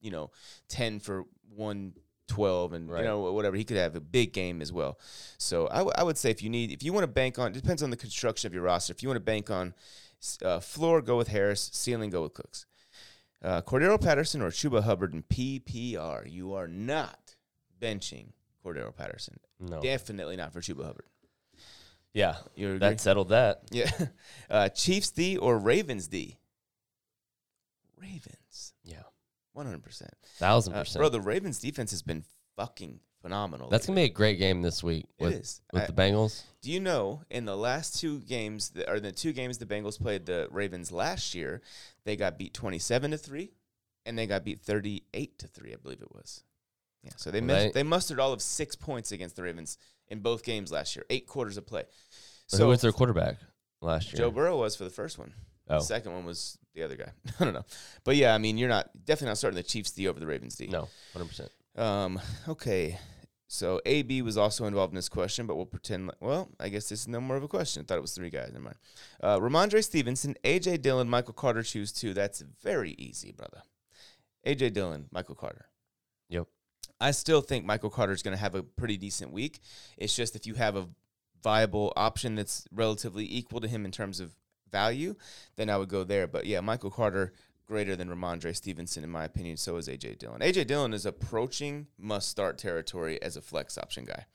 Speaker 1: you know, 10 for 112 and,
Speaker 2: Right.
Speaker 1: you know, whatever. He could have a big game as well. So I, w- I would say if you need, if you want to bank on, depends on the construction of your roster. If you want to bank on s- uh, floor, go with Harris. Ceiling, go with Cooks. Uh, Cordero Patterson or Chuba Hubbard in PPR. You are not benching Cordero Patterson.
Speaker 2: No.
Speaker 1: Definitely not for Chuba Hubbard.
Speaker 2: Yeah,
Speaker 1: You agree?
Speaker 2: that settled that.
Speaker 1: yeah. Uh, Chiefs D or Ravens D? Ravens.
Speaker 2: Yeah,
Speaker 1: 100%.
Speaker 2: thousand
Speaker 1: Uh,
Speaker 2: percent.
Speaker 1: bro, the Ravens defense has been fucking phenomenal.
Speaker 2: That's gonna be a great game this week
Speaker 1: It
Speaker 2: with
Speaker 1: is.
Speaker 2: with
Speaker 1: I-
Speaker 2: the Bengals.
Speaker 1: Do you know in the last two games, that, or the two games the Bengals played the Ravens last year, they got beat 27 to 3 and they got beat 38 to 3, I believe it was. Yeah, so they
Speaker 2: Well,
Speaker 1: mus-
Speaker 2: they-
Speaker 1: they mustered all of 6 points against the Ravens in both games last year, 8 quarters of play.
Speaker 2: Who was their quarterback last year?
Speaker 1: Joe Burrow was for the first one.
Speaker 2: Oh.
Speaker 1: The second one was the other guy. I don't know. But yeah, I mean, you're not definitely not starting the Chiefs D over the Ravens D.
Speaker 2: No, hundred percent.
Speaker 1: Um, okay. So AB was also involved in this question, but we'll pretend. Like, well, I guess this is no more of a question. I thought it was three guys. Never mind. Uh, Ramondre Stevenson, AJ Dillon, Michael Carter. Choose two. That's very easy, brother. AJ Dillon, Michael Carter.
Speaker 2: Yep.
Speaker 1: I still think Michael Carter's going to have a pretty decent week. It's just if you have a viable option that's relatively equal to him in terms of value, then I would go there. But yeah, Michael Carter greater than Ramondre Stevenson in my opinion. So is AJ Dillon. AJ Dillon is approaching must start territory as a flex option guy.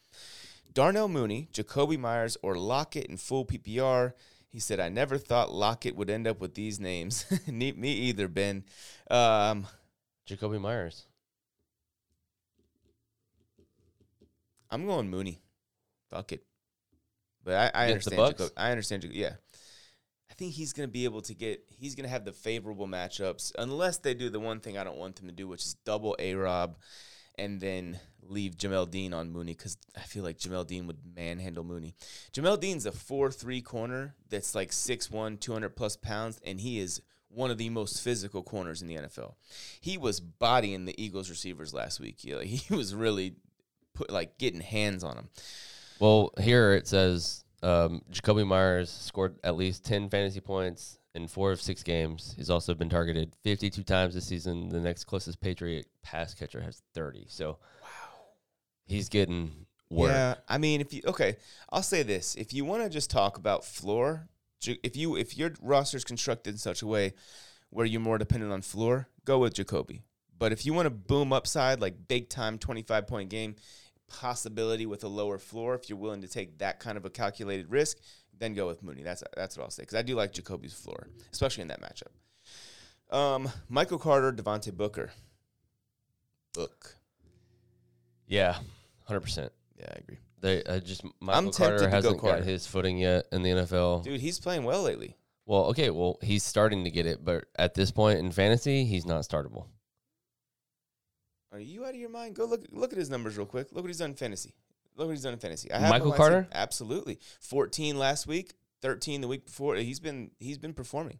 Speaker 1: Darnell Mooney, Jacoby Myers, or Lockett in full PPR. He said, I never thought Lockett would end up with these names. Ne- Me either, Ben. Um,
Speaker 2: Jacoby Myers.
Speaker 1: I'm going Mooney. Fuck it. But I, I
Speaker 2: Against the
Speaker 1: understand.
Speaker 2: Bucks?
Speaker 1: Jaco- I understand. Jaco- Yeah, I think he's going to be able to get. He's going to have the favorable matchups unless they do the one thing I don't want them to do, which is double a Rob and then leave Jamel Dean on Mooney because I feel like Jamel Dean would manhandle Mooney. Jamel Dean's a 4 3 corner that's like 6'1, 200 plus pounds, and he is one of the most physical corners in the NFL. He was bodying the Eagles receivers last week. He, like, he was really put like getting hands on them.
Speaker 2: Well, here it says um, Jacoby Myers scored at least 10 fantasy points in four of six games. He's also been targeted 52 times this season. The next closest Patriot pass catcher has 30. So he's getting work.
Speaker 1: Yeah, I mean, if you okay, I'll say this: if you want to just talk about floor, Ju- if you if your roster is constructed in such a way where you're more dependent on floor, go with Jacoby. But if you want to boom upside like big time twenty five point game possibility with a lower floor, if you're willing to take that kind of a calculated risk, then go with Mooney. That's that's what I'll say because I do like Jacoby's floor, especially in that matchup. Um, Michael Carter, Devontae Booker, Book.
Speaker 2: Yeah, 100%.
Speaker 1: Yeah, I agree.
Speaker 2: They uh, just
Speaker 1: I'm
Speaker 2: Michael
Speaker 1: tempted to
Speaker 2: Carter
Speaker 1: go
Speaker 2: hasn't
Speaker 1: Carter.
Speaker 2: got his footing yet in the NFL.
Speaker 1: Dude, he's playing well lately.
Speaker 2: Well, okay, well he's starting to get it, but at this point in fantasy, he's not startable.
Speaker 1: Are you out of your mind? Go look look at his numbers real quick. Look what he's done in fantasy. Look what he's done in fantasy. I him
Speaker 2: Michael
Speaker 1: on my team.
Speaker 2: Carter?
Speaker 1: absolutely. Fourteen last week, thirteen the week before. He's been he's been performing.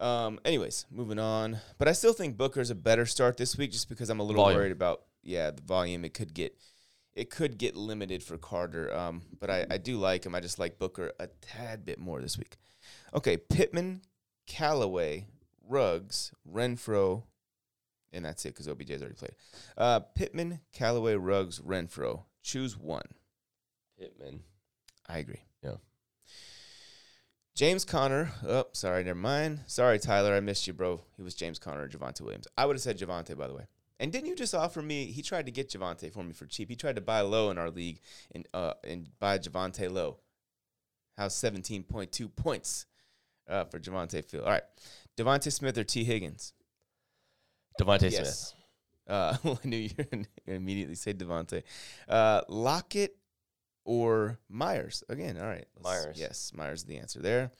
Speaker 1: Um. Anyways, moving on. But I still think Booker's a better start this week, just because I'm a little
Speaker 2: Volume.
Speaker 1: worried about yeah the volume. It could get it could get limited for Carter. Um. But I I do like him. I just like Booker a tad bit more this week. Okay, Pittman, Callaway, Ruggs, Renfro, and that's it because OBJ's already played. Uh, Pittman, Callaway, Ruggs, Renfro. Choose one.
Speaker 2: Pittman.
Speaker 1: I agree.
Speaker 2: Yeah.
Speaker 1: James Conner. Oh, sorry, never mind. Sorry, Tyler, I missed you, bro. He was James Conner or Javante Williams. I would have said Javante, by the way. And didn't you just offer me? He tried to get Javante for me for cheap. He tried to buy low in our league and uh and buy Javante low. How's seventeen point two points uh, for Javante Field? All right, Devonte Smith or T Higgins?
Speaker 2: Devontae
Speaker 1: Yes. Uh, well, I knew you were gonna immediately say Devonte. Uh, Lockett or Myers again. All right, let's-
Speaker 2: Myers.
Speaker 1: Yes, Myers is the answer there.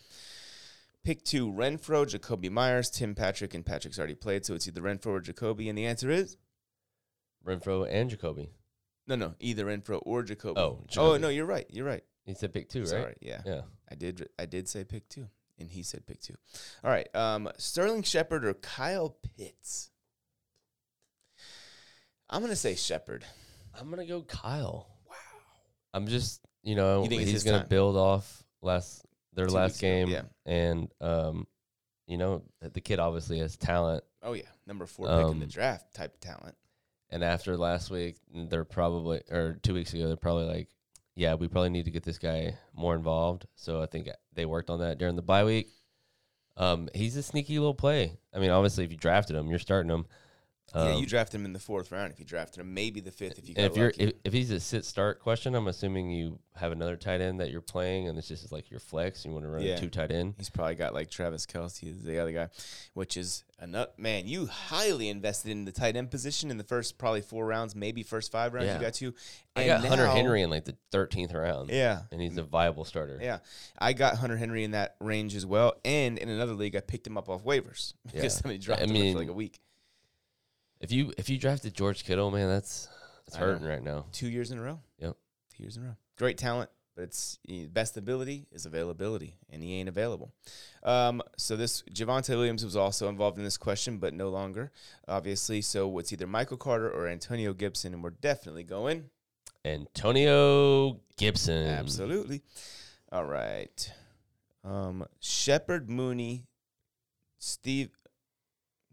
Speaker 1: Pick two: Renfro, Jacoby Myers, Tim Patrick, and Patrick's already played, so it's either Renfro or Jacoby. And the answer is
Speaker 2: Smith. Renfro and Jacoby.
Speaker 1: no, no, either Renfro or Jacoby.
Speaker 2: Oh,
Speaker 1: oh
Speaker 2: Jacoby.
Speaker 1: no, you're right. You're right.
Speaker 2: He said pick two, right?
Speaker 1: Sorry, yeah.
Speaker 2: Yeah.
Speaker 1: I did. I did say pick two, and he said pick two. All right. Um, Sterling Shepard or Kyle Pitts. I'm gonna say Shepard.
Speaker 2: I'm gonna go Kyle. Wow. I'm just you know
Speaker 1: You think it's
Speaker 2: he's
Speaker 1: his
Speaker 2: gonna
Speaker 1: time?
Speaker 2: build off last their
Speaker 1: Two
Speaker 2: last
Speaker 1: weeks ago,
Speaker 2: game,
Speaker 1: yeah.
Speaker 2: and um, you know the kid obviously has talent,
Speaker 1: Oh yeah, number four pick in the
Speaker 2: Um,
Speaker 1: draft type talent.
Speaker 2: and after last week they're probably or two weeks ago they're probably like, yeah, we probably need to get this guy more involved. So I think they worked on that during the bye week. Um, he's a sneaky little play. I mean, obviously, if you drafted him, you're starting him.
Speaker 1: yeah,
Speaker 2: Um,
Speaker 1: you draft him in the fourth round if you drafted him, maybe the fifth if you
Speaker 2: And
Speaker 1: got
Speaker 2: if you're
Speaker 1: lucky.
Speaker 2: if, if he's a sit start question, I'm assuming you have another tight end that you're playing, and it's just like your flex. You want to run
Speaker 1: Yeah.
Speaker 2: a two tight end.
Speaker 1: He's probably got like Travis Kelsey is the other guy, which is another man. You highly invested in the tight end position in the first probably four rounds, maybe first five rounds.
Speaker 2: Yeah.
Speaker 1: You got you.
Speaker 2: I got Hunter
Speaker 1: now-
Speaker 2: Henry in like the 13th round,
Speaker 1: Yeah,
Speaker 2: and he's a viable starter.
Speaker 1: Yeah, I got Hunter Henry in that range as well, and in another league I picked him up off waivers because
Speaker 2: Yeah.
Speaker 1: somebody dropped
Speaker 2: I
Speaker 1: him
Speaker 2: mean,
Speaker 1: for like a week,
Speaker 2: If you if you drafted George Kittle, man, that's that's
Speaker 1: I know.
Speaker 2: hurting right now.
Speaker 1: two years in a row.
Speaker 2: Yep.
Speaker 1: two years in a row. Great talent, but it's eh, best ability is availability, and he ain't available. Um, so this Javante Williams was also involved in this question, but no longer, obviously. So it's either Michael Carter or Antonio Gibson, and we're definitely going.
Speaker 2: Antonio Gibson,
Speaker 1: Absolutely. All right. Um, Shepard Mooney, Steve.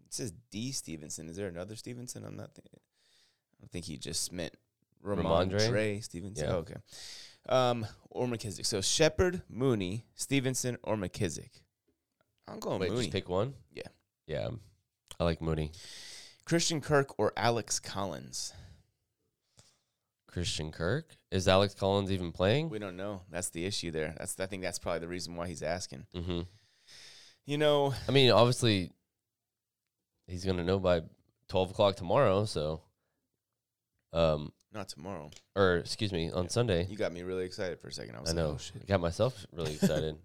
Speaker 1: It says D Stevenson. Is there another Stevenson? I'm not thinking. I think he just meant Ramondre,
Speaker 2: Ramondre?
Speaker 1: Stevenson.
Speaker 2: Yeah.
Speaker 1: Oh, okay. Um, or McKissick. So Shepard, Mooney, Stevenson, or McKissick. I'm going
Speaker 2: Wait,
Speaker 1: Mooney.
Speaker 2: just pick one.
Speaker 1: Yeah.
Speaker 2: yeah. I like Mooney,
Speaker 1: Christian Kirk or Alex Collins.
Speaker 2: Christian Kirk. Is Alex Collins even playing?
Speaker 1: We don't know. That's the issue there. That's I think that's probably the reason why he's asking.
Speaker 2: Mm-hmm.
Speaker 1: You know,
Speaker 2: I mean, obviously, he's gonna know by twelve o'clock tomorrow. So, um,
Speaker 1: not tomorrow.
Speaker 2: or excuse me, on Sunday.
Speaker 1: You got me really excited for a second. I was
Speaker 2: I
Speaker 1: like,
Speaker 2: know.
Speaker 1: oh shit.
Speaker 2: I got myself really excited.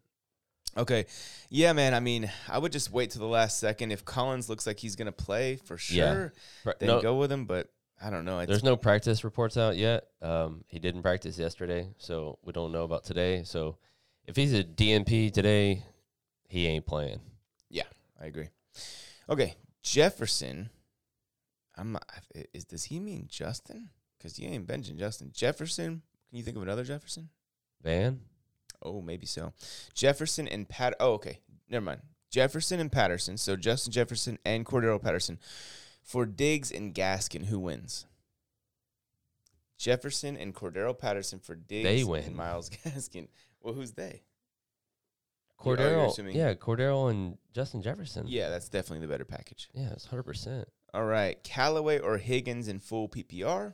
Speaker 1: Okay. Yeah, man. I mean, I would just wait to the last second. If Collins looks like he's gonna play for
Speaker 2: Yeah.
Speaker 1: sure,
Speaker 2: Pro-
Speaker 1: then
Speaker 2: no,
Speaker 1: go with him. But I don't know. It's,
Speaker 2: There's no practice reports out yet. Um, he didn't practice yesterday, so we don't know about today. So if he's a DNP today, he ain't playing.
Speaker 1: I agree. Okay, Jefferson. I'm. not- I- Is does he mean Justin? Because you ain't benching Justin Jefferson. Can you think of another Jefferson?
Speaker 2: Van?
Speaker 1: Oh, maybe so. Jefferson and Pat. Oh, okay. Never mind. Jefferson and Patterson. So Justin Jefferson and Cordero Patterson for Diggs and Gaskin. Who wins? Jefferson and Cordero Patterson for Diggs.
Speaker 2: win.
Speaker 1: And Miles Gaskin. Well, who's they? You're- oh, you're
Speaker 2: Cordero.
Speaker 1: assuming-
Speaker 2: yeah, Cordero and Justin Jefferson.
Speaker 1: Yeah, that's definitely the better package.
Speaker 2: Yeah, it's 100%.
Speaker 1: All right, Callaway or Higgins in full PPR.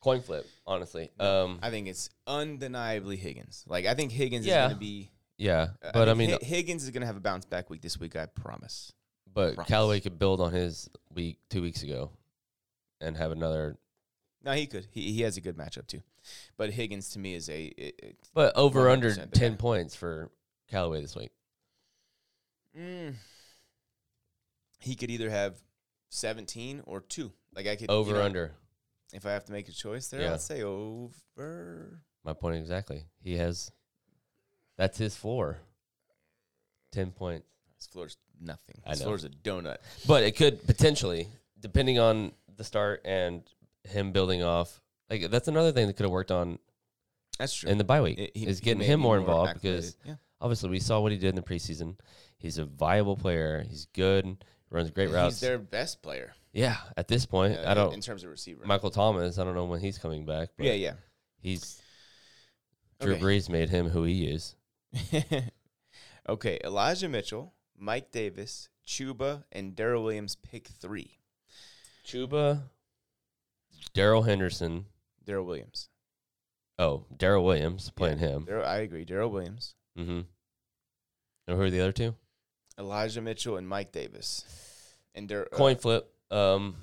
Speaker 2: Coin flip, honestly. Um,
Speaker 1: I think it's undeniably Higgins. Like I think Higgins
Speaker 2: Yeah.
Speaker 1: is going to be.
Speaker 2: yeah, but I
Speaker 1: think
Speaker 2: mean,
Speaker 1: Hi- Higgins is going to have a bounce back week this week. I promise.
Speaker 2: but
Speaker 1: Promise.
Speaker 2: Callaway could build on his week two weeks ago and have another.
Speaker 1: No, he could. He he has a good matchup too, but Higgins to me is a. It, it,
Speaker 2: But over under
Speaker 1: 100%,
Speaker 2: 10
Speaker 1: yeah.
Speaker 2: points for Callaway this week.
Speaker 1: mm, he could either have seventeen or two. Like I could you
Speaker 2: Over
Speaker 1: know,
Speaker 2: under.
Speaker 1: If I have to make a choice there,
Speaker 2: Yeah.
Speaker 1: I'd say over.
Speaker 2: My point exactly. He has. That's his floor. Ten points,
Speaker 1: His floor's nothing.
Speaker 2: I
Speaker 1: His
Speaker 2: know.
Speaker 1: floor's a donut.
Speaker 2: but it could potentially, depending on the start and him building off. Like that's another thing that could have worked on
Speaker 1: That's true.
Speaker 2: in the bye week
Speaker 1: It- he-
Speaker 2: is
Speaker 1: he
Speaker 2: getting
Speaker 1: may
Speaker 2: him
Speaker 1: be
Speaker 2: more involved
Speaker 1: acclimated.
Speaker 2: because
Speaker 1: yeah.
Speaker 2: obviously we saw what he did in the preseason. He's a viable player. He's good. Runs great
Speaker 1: he's
Speaker 2: routes.
Speaker 1: their best player.
Speaker 2: Yeah, at this point,
Speaker 1: uh,
Speaker 2: I
Speaker 1: in
Speaker 2: don't.
Speaker 1: terms of receiver.
Speaker 2: Michael Thomas, I don't know when he's coming back. But
Speaker 1: yeah, yeah.
Speaker 2: he's Drew
Speaker 1: Okay.
Speaker 2: Brees made him who he is.
Speaker 1: okay, Elijah Mitchell, Mike Davis, Chuba, and Daryl Williams pick three.
Speaker 2: Chuba, Daryl Henderson.
Speaker 1: Daryl Williams.
Speaker 2: Oh, Daryl Williams playing
Speaker 1: Yeah,
Speaker 2: him.
Speaker 1: Darryl- I agree. Daryl Williams,
Speaker 2: Mm-hmm. And who are the other two?
Speaker 1: Elijah Mitchell, and Mike Davis. And Dar- uh,
Speaker 2: Coin flip. Um,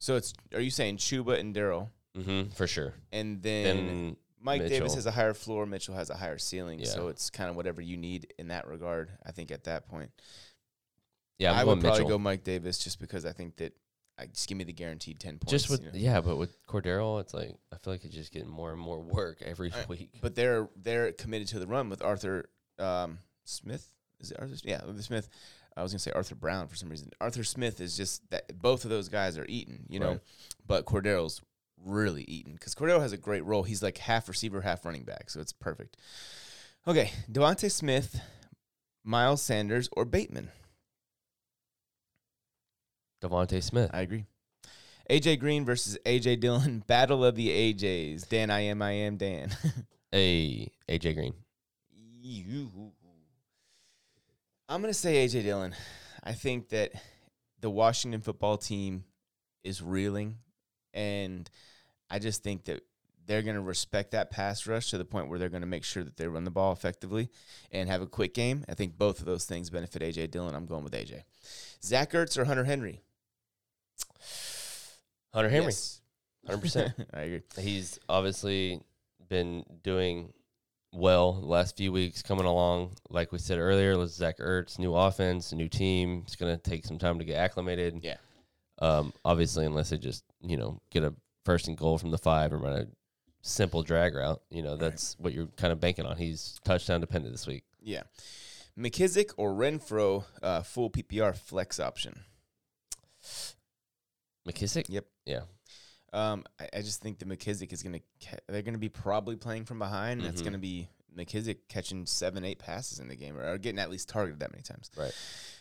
Speaker 1: so it's are you saying Chuba and Daryl?
Speaker 2: mhm, for sure.
Speaker 1: And then
Speaker 2: Then
Speaker 1: Mike Davis
Speaker 2: Mitchell.
Speaker 1: has a higher floor, Mitchell has a higher ceiling.
Speaker 2: Yeah.
Speaker 1: So it's kind of whatever you need in that regard, I think at that point.
Speaker 2: yeah, I'm
Speaker 1: I
Speaker 2: going
Speaker 1: would probably
Speaker 2: Mitchell.
Speaker 1: go Mike Davis just because I think that I just give me the guaranteed ten points.
Speaker 2: just with
Speaker 1: you know?
Speaker 2: yeah, but with Cordero, it's like I feel like he's just getting more and more work every
Speaker 1: Alright,
Speaker 2: week.
Speaker 1: but they're they're committed to the run with Arthur um, Smith. Is it Arthur? Smith? Yeah, Arthur Smith. I was gonna say Arthur Brown for some reason. Arthur Smith is just that both of those guys are eaten, you know.
Speaker 2: Right.
Speaker 1: But Cordero's really eaten because Cordero has a great role. He's like half receiver, half running back, so it's perfect. Okay, Devontae Smith, Miles Sanders, or Bateman.
Speaker 2: Devontae Smith.
Speaker 1: I agree. AJ Green versus AJ Dillon, battle of the AJs. Dan, I am, I am Dan.
Speaker 2: Hey, AJ Green.
Speaker 1: You. I'm going to say AJ Dillon. I think that the Washington football team is reeling, and I just think that they're going to respect that pass rush to the point where they're going to make sure that they run the ball effectively and have a quick game. I think both of those things benefit AJ Dillon. I'm going with AJ. Zach Ertz or Hunter Henry?
Speaker 2: Hunter Henry.
Speaker 1: Yes.
Speaker 2: 100%.
Speaker 1: I agree.
Speaker 2: he's obviously been doing well the last few weeks coming along. Like we said earlier, with Zach Ertz, new offense, new team. It's gonna take some time to get acclimated.
Speaker 1: Yeah.
Speaker 2: Um, obviously, unless they just you know get a first and goal from the five or run a simple drag route, you know that's what you're kind of banking on. He's touchdown dependent this week.
Speaker 1: Yeah. McKissick or Renfro, uh, full PPR flex option?
Speaker 2: McKissick.
Speaker 1: Yep.
Speaker 2: Yeah.
Speaker 1: Um, I, I just think that McKissick is gonna ca- they're gonna be probably playing from behind. That's
Speaker 2: Mhm.
Speaker 1: gonna be McKissick catching seven, eight passes in the game, or, or getting at least targeted that many times.
Speaker 2: Right.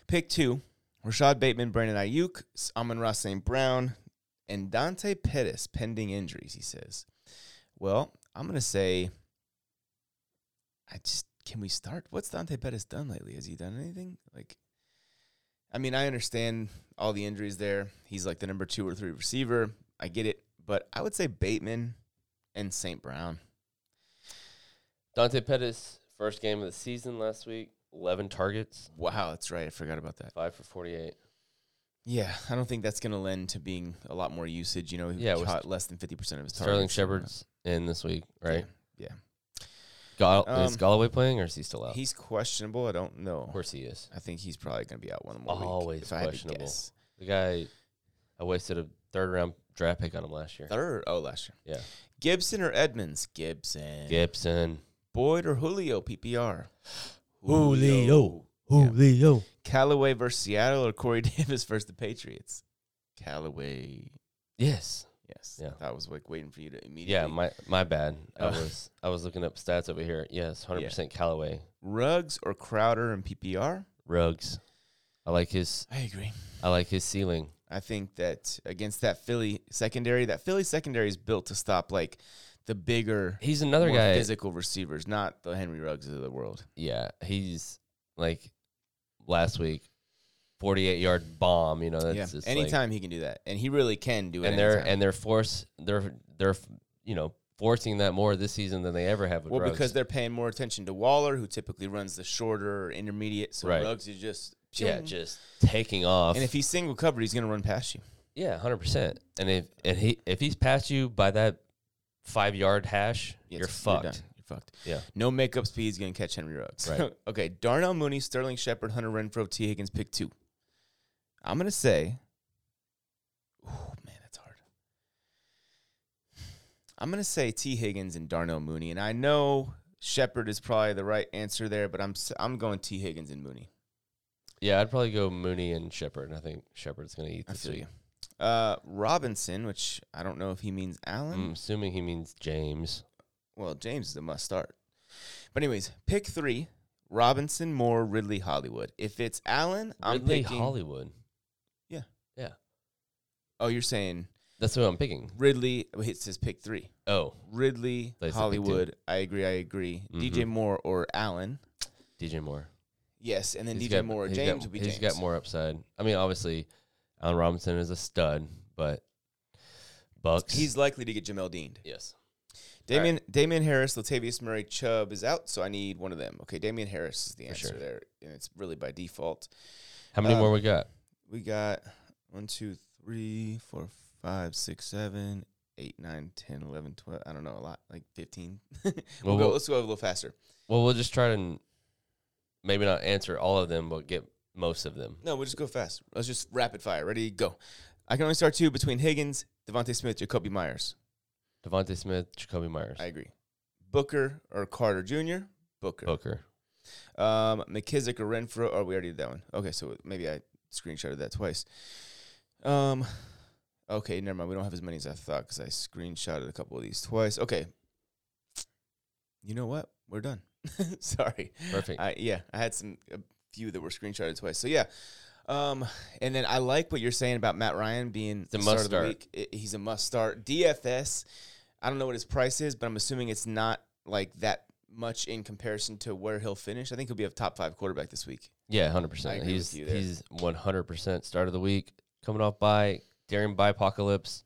Speaker 1: Pick two: Rashad Bateman, Brandon Ayuk, Amon Ross, St. Brown, and Dante Pettis, pending injuries. He says. Well, I'm gonna say. I just can we start? What's Dante Pettis done lately? Has he done anything like? I mean, I understand all the injuries there. He's like the number two or three receiver. I get it, but I would say Bateman and St. Brown.
Speaker 2: Dante Pettis first game of the season last week. Eleven targets,
Speaker 1: Wow, that's right. I forgot about that.
Speaker 2: five for forty-eight.
Speaker 1: Yeah, I don't think that's going to lend to being a lot more usage. You know, he
Speaker 2: Yeah, it was-
Speaker 1: caught less than fifty percent of his targets.
Speaker 2: Sterling Shepard's in this week, right?
Speaker 1: Yeah,
Speaker 2: Gall- is
Speaker 1: Um,
Speaker 2: Galloway playing or is he still out?
Speaker 1: he's questionable. I don't know.
Speaker 2: Of course he is.
Speaker 1: I think he's probably going to be out one more week.
Speaker 2: Always
Speaker 1: if I had to
Speaker 2: questionable.
Speaker 1: guess.
Speaker 2: The guy I wasted a third round draft pick on him last year.
Speaker 1: Third. Oh, last year.
Speaker 2: Yeah.
Speaker 1: Gibson or Edmonds? Gibson.
Speaker 2: Gibson.
Speaker 1: Boyd or Julio? PPR.
Speaker 2: Julio.
Speaker 1: Callaway versus Seattle or Corey Davis versus the Patriots? Callaway.
Speaker 2: Yes.
Speaker 1: Yes.
Speaker 2: Yeah.
Speaker 1: That was like waiting for you to immediately.
Speaker 2: Yeah, my my bad. I
Speaker 1: Uh,
Speaker 2: was I was looking up stats over here. Yes, hundred percent Callaway
Speaker 1: Ruggs or Crowder and PPR?
Speaker 2: Rugs. I like his
Speaker 1: I agree.
Speaker 2: I like his ceiling.
Speaker 1: I think that against that Philly secondary, that Philly secondary is built to stop like the bigger,
Speaker 2: He's another
Speaker 1: more
Speaker 2: guy.
Speaker 1: physical receivers, not the Henry Ruggs of the world.
Speaker 2: Yeah, he's like last week, forty eight yard bomb. You know, that's
Speaker 1: yeah,
Speaker 2: just like-
Speaker 1: anytime he can do that, and he really can do it.
Speaker 2: and they're
Speaker 1: anytime.
Speaker 2: and they're force they're they're you know forcing that more this season than they ever have with
Speaker 1: well,
Speaker 2: Ruggs.
Speaker 1: because they're paying more attention to Waller, who typically runs the shorter or intermediate. So
Speaker 2: Right.
Speaker 1: Ruggs is just
Speaker 2: yeah, just taking off.
Speaker 1: and if he's single covered, he's gonna run past you.
Speaker 2: yeah, hundred percent. And if and he if he's past you by that five yard hash,
Speaker 1: Yeah,
Speaker 2: you're
Speaker 1: it's-
Speaker 2: fucked.
Speaker 1: done. You're fucked.
Speaker 2: Yeah.
Speaker 1: No makeup speed is gonna catch Henry Ruggs.
Speaker 2: Right.
Speaker 1: okay. Darnell Mooney, Sterling Shepard, Hunter Renfro, T. Higgins, pick two. I'm gonna say. Oh man, that's hard. I'm gonna say T. Higgins and Darnell Mooney, and I know Shepard is probably the right answer there, but I'm s- I'm going T. Higgins and Mooney.
Speaker 2: Yeah, I'd probably go Mooney and Shepard. I think Shepard's gonna eat
Speaker 1: I
Speaker 2: this
Speaker 1: feel
Speaker 2: week.
Speaker 1: you. Uh, Robinson, which I don't know if he means
Speaker 2: I'm
Speaker 1: Allen.
Speaker 2: Mm, assuming he means James.
Speaker 1: Well, James is a must start. But anyways, pick three: Robinson, Moore, Ridley, Hollywood. If it's Allen, I'm
Speaker 2: Ridley
Speaker 1: picking.
Speaker 2: Hollywood.
Speaker 1: Oh, you're saying
Speaker 2: That's who I'm picking.
Speaker 1: Ridley? well, It says pick three:
Speaker 2: Oh,
Speaker 1: Ridley,
Speaker 2: They said pick two.
Speaker 1: Hollywood. I agree. I agree.
Speaker 2: Mm-hmm.
Speaker 1: DJ Moore or Allen.
Speaker 2: DJ Moore.
Speaker 1: Yes, and then
Speaker 2: He's
Speaker 1: DJ Moore. or
Speaker 2: he's
Speaker 1: James
Speaker 2: got,
Speaker 1: would be
Speaker 2: he's
Speaker 1: James.
Speaker 2: got more upside. I mean, obviously, Allen Robinson is a stud, but Bucks.
Speaker 1: He's likely to get Jamel Dean.
Speaker 2: yes. All right.
Speaker 1: Damian Damian Harris, Latavius Murray, Chubb is out, so I need one of them. Okay, Damian Harris is the
Speaker 2: For
Speaker 1: answer
Speaker 2: sure.
Speaker 1: there, and it's really by default.
Speaker 2: How many
Speaker 1: Um,
Speaker 2: more we got?
Speaker 1: We got one, two, three, four, five, six, seven, eight, nine, ten, eleven, twelve. I don't know a lot, like fifteen. we'll
Speaker 2: Well,
Speaker 1: go,
Speaker 2: we'll,
Speaker 1: let's go a little faster.
Speaker 2: well, we'll just try and maybe not answer all of them, but get most of them.
Speaker 1: No, we'll just go fast. Let's just rapid fire. Ready? Go. I can only start two between Higgins, Devontae Smith, Jacoby Myers.
Speaker 2: Devontae Smith, Jacoby Myers,
Speaker 1: I agree. Booker or Carter Jr. Booker.
Speaker 2: Booker.
Speaker 1: Um, McKissick or Renfro. Oh, we already did that one. Okay, so maybe I screenshotted that twice. Um, okay, never mind. We don't have as many as I thought because I screenshotted a couple of these twice. Okay. You know what? We're done. Sorry.
Speaker 2: Perfect.
Speaker 1: I, yeah, I had some a few that were screenshotted twice. So yeah. Um, and then I like what you're saying about Matt Ryan being the
Speaker 2: a must
Speaker 1: start
Speaker 2: start.
Speaker 1: of the week. I- he's a must start. DFS. I don't know what his price is, but I'm assuming it's not like that much in comparison to where he'll finish. I think he'll be a top five quarterback this week.
Speaker 2: yeah, hundred
Speaker 1: I
Speaker 2: percent.
Speaker 1: agree
Speaker 2: He's
Speaker 1: with you there.
Speaker 2: he's one hundred percent start of the week. Coming off by daring by apocalypse.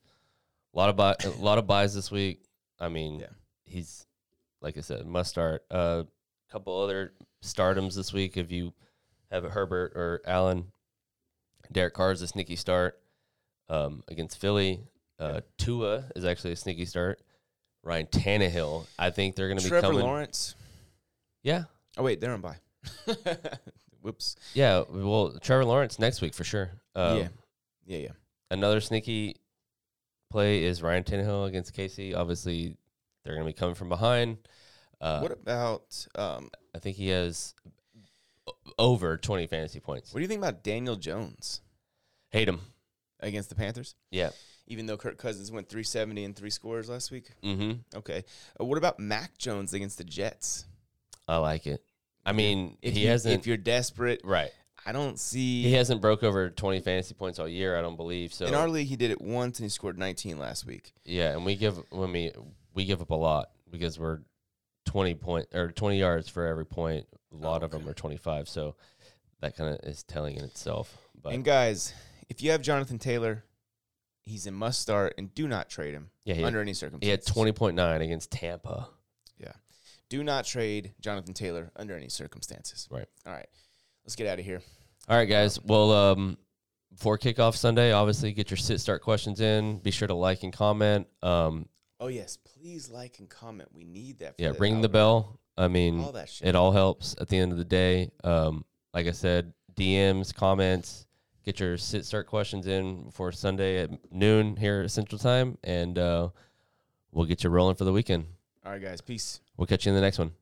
Speaker 2: A lot of buy, a lot of buys this week. I mean,
Speaker 1: Yeah.
Speaker 2: he's like I said, must start. A uh, couple other stardoms this week if you have a Herbert or Allen. Derek Carr is a sneaky start um, against Philly. Uh, Tua is actually a sneaky start. Ryan Tannehill, I think they're going to be
Speaker 1: Trevor
Speaker 2: coming.
Speaker 1: Lawrence.
Speaker 2: Yeah,
Speaker 1: Oh wait, they're on bye. Whoops.
Speaker 2: yeah. Well, Trevor Lawrence next week for sure. Um,
Speaker 1: yeah. Yeah, yeah.
Speaker 2: Another sneaky play is Ryan Tannehill against Casey. Obviously, they're going to be coming from behind. Uh,
Speaker 1: what about um
Speaker 2: I think he has o- over 20 fantasy points.
Speaker 1: what do you think about Daniel Jones
Speaker 2: Hate him.
Speaker 1: against the Panthers?
Speaker 2: Yeah.
Speaker 1: Even though Kirk Cousins went 370 and three scores last week.
Speaker 2: Mm-hmm.
Speaker 1: Okay. Uh, what about Mac Jones against the Jets?
Speaker 2: I like it. I mean,
Speaker 1: If
Speaker 2: he
Speaker 1: you,
Speaker 2: hasn't.
Speaker 1: If you're desperate,
Speaker 2: right.
Speaker 1: I don't see.
Speaker 2: He hasn't broke over 20 fantasy points all year. I don't believe so.
Speaker 1: in our league, he did it once and he scored 19 last week.
Speaker 2: yeah, and we give when we we give up a lot because we're 20 point or 20 yards for every point. A lot of
Speaker 1: Oh, okay.
Speaker 2: them are 25. So that kind of is telling in itself. But
Speaker 1: and guys, if you have Jonathan Taylor, he's a must start and do not trade him
Speaker 2: yeah, he had,
Speaker 1: under any
Speaker 2: he had
Speaker 1: circumstances.
Speaker 2: 20.9 against Tampa.
Speaker 1: Do not trade Jonathan Taylor under any circumstances.
Speaker 2: Right.
Speaker 1: All right. Let's get out of here.
Speaker 2: All right, guys. Well, um, before kickoff Sunday, obviously get your sit start questions in. Be sure to like and comment. Um,
Speaker 1: Oh yes, please like and comment. We need that. For
Speaker 2: yeah, ring the bell. I
Speaker 1: algorithm.
Speaker 2: mean,
Speaker 1: All that shit.
Speaker 2: it all helps at the end of the day. Um, like I said, DMs, comments, Get your sit start questions in before Sunday at noon here at Central Time, and uh, we'll get you rolling for the weekend.
Speaker 1: All right, guys. Peace.
Speaker 2: We'll catch you in the next one.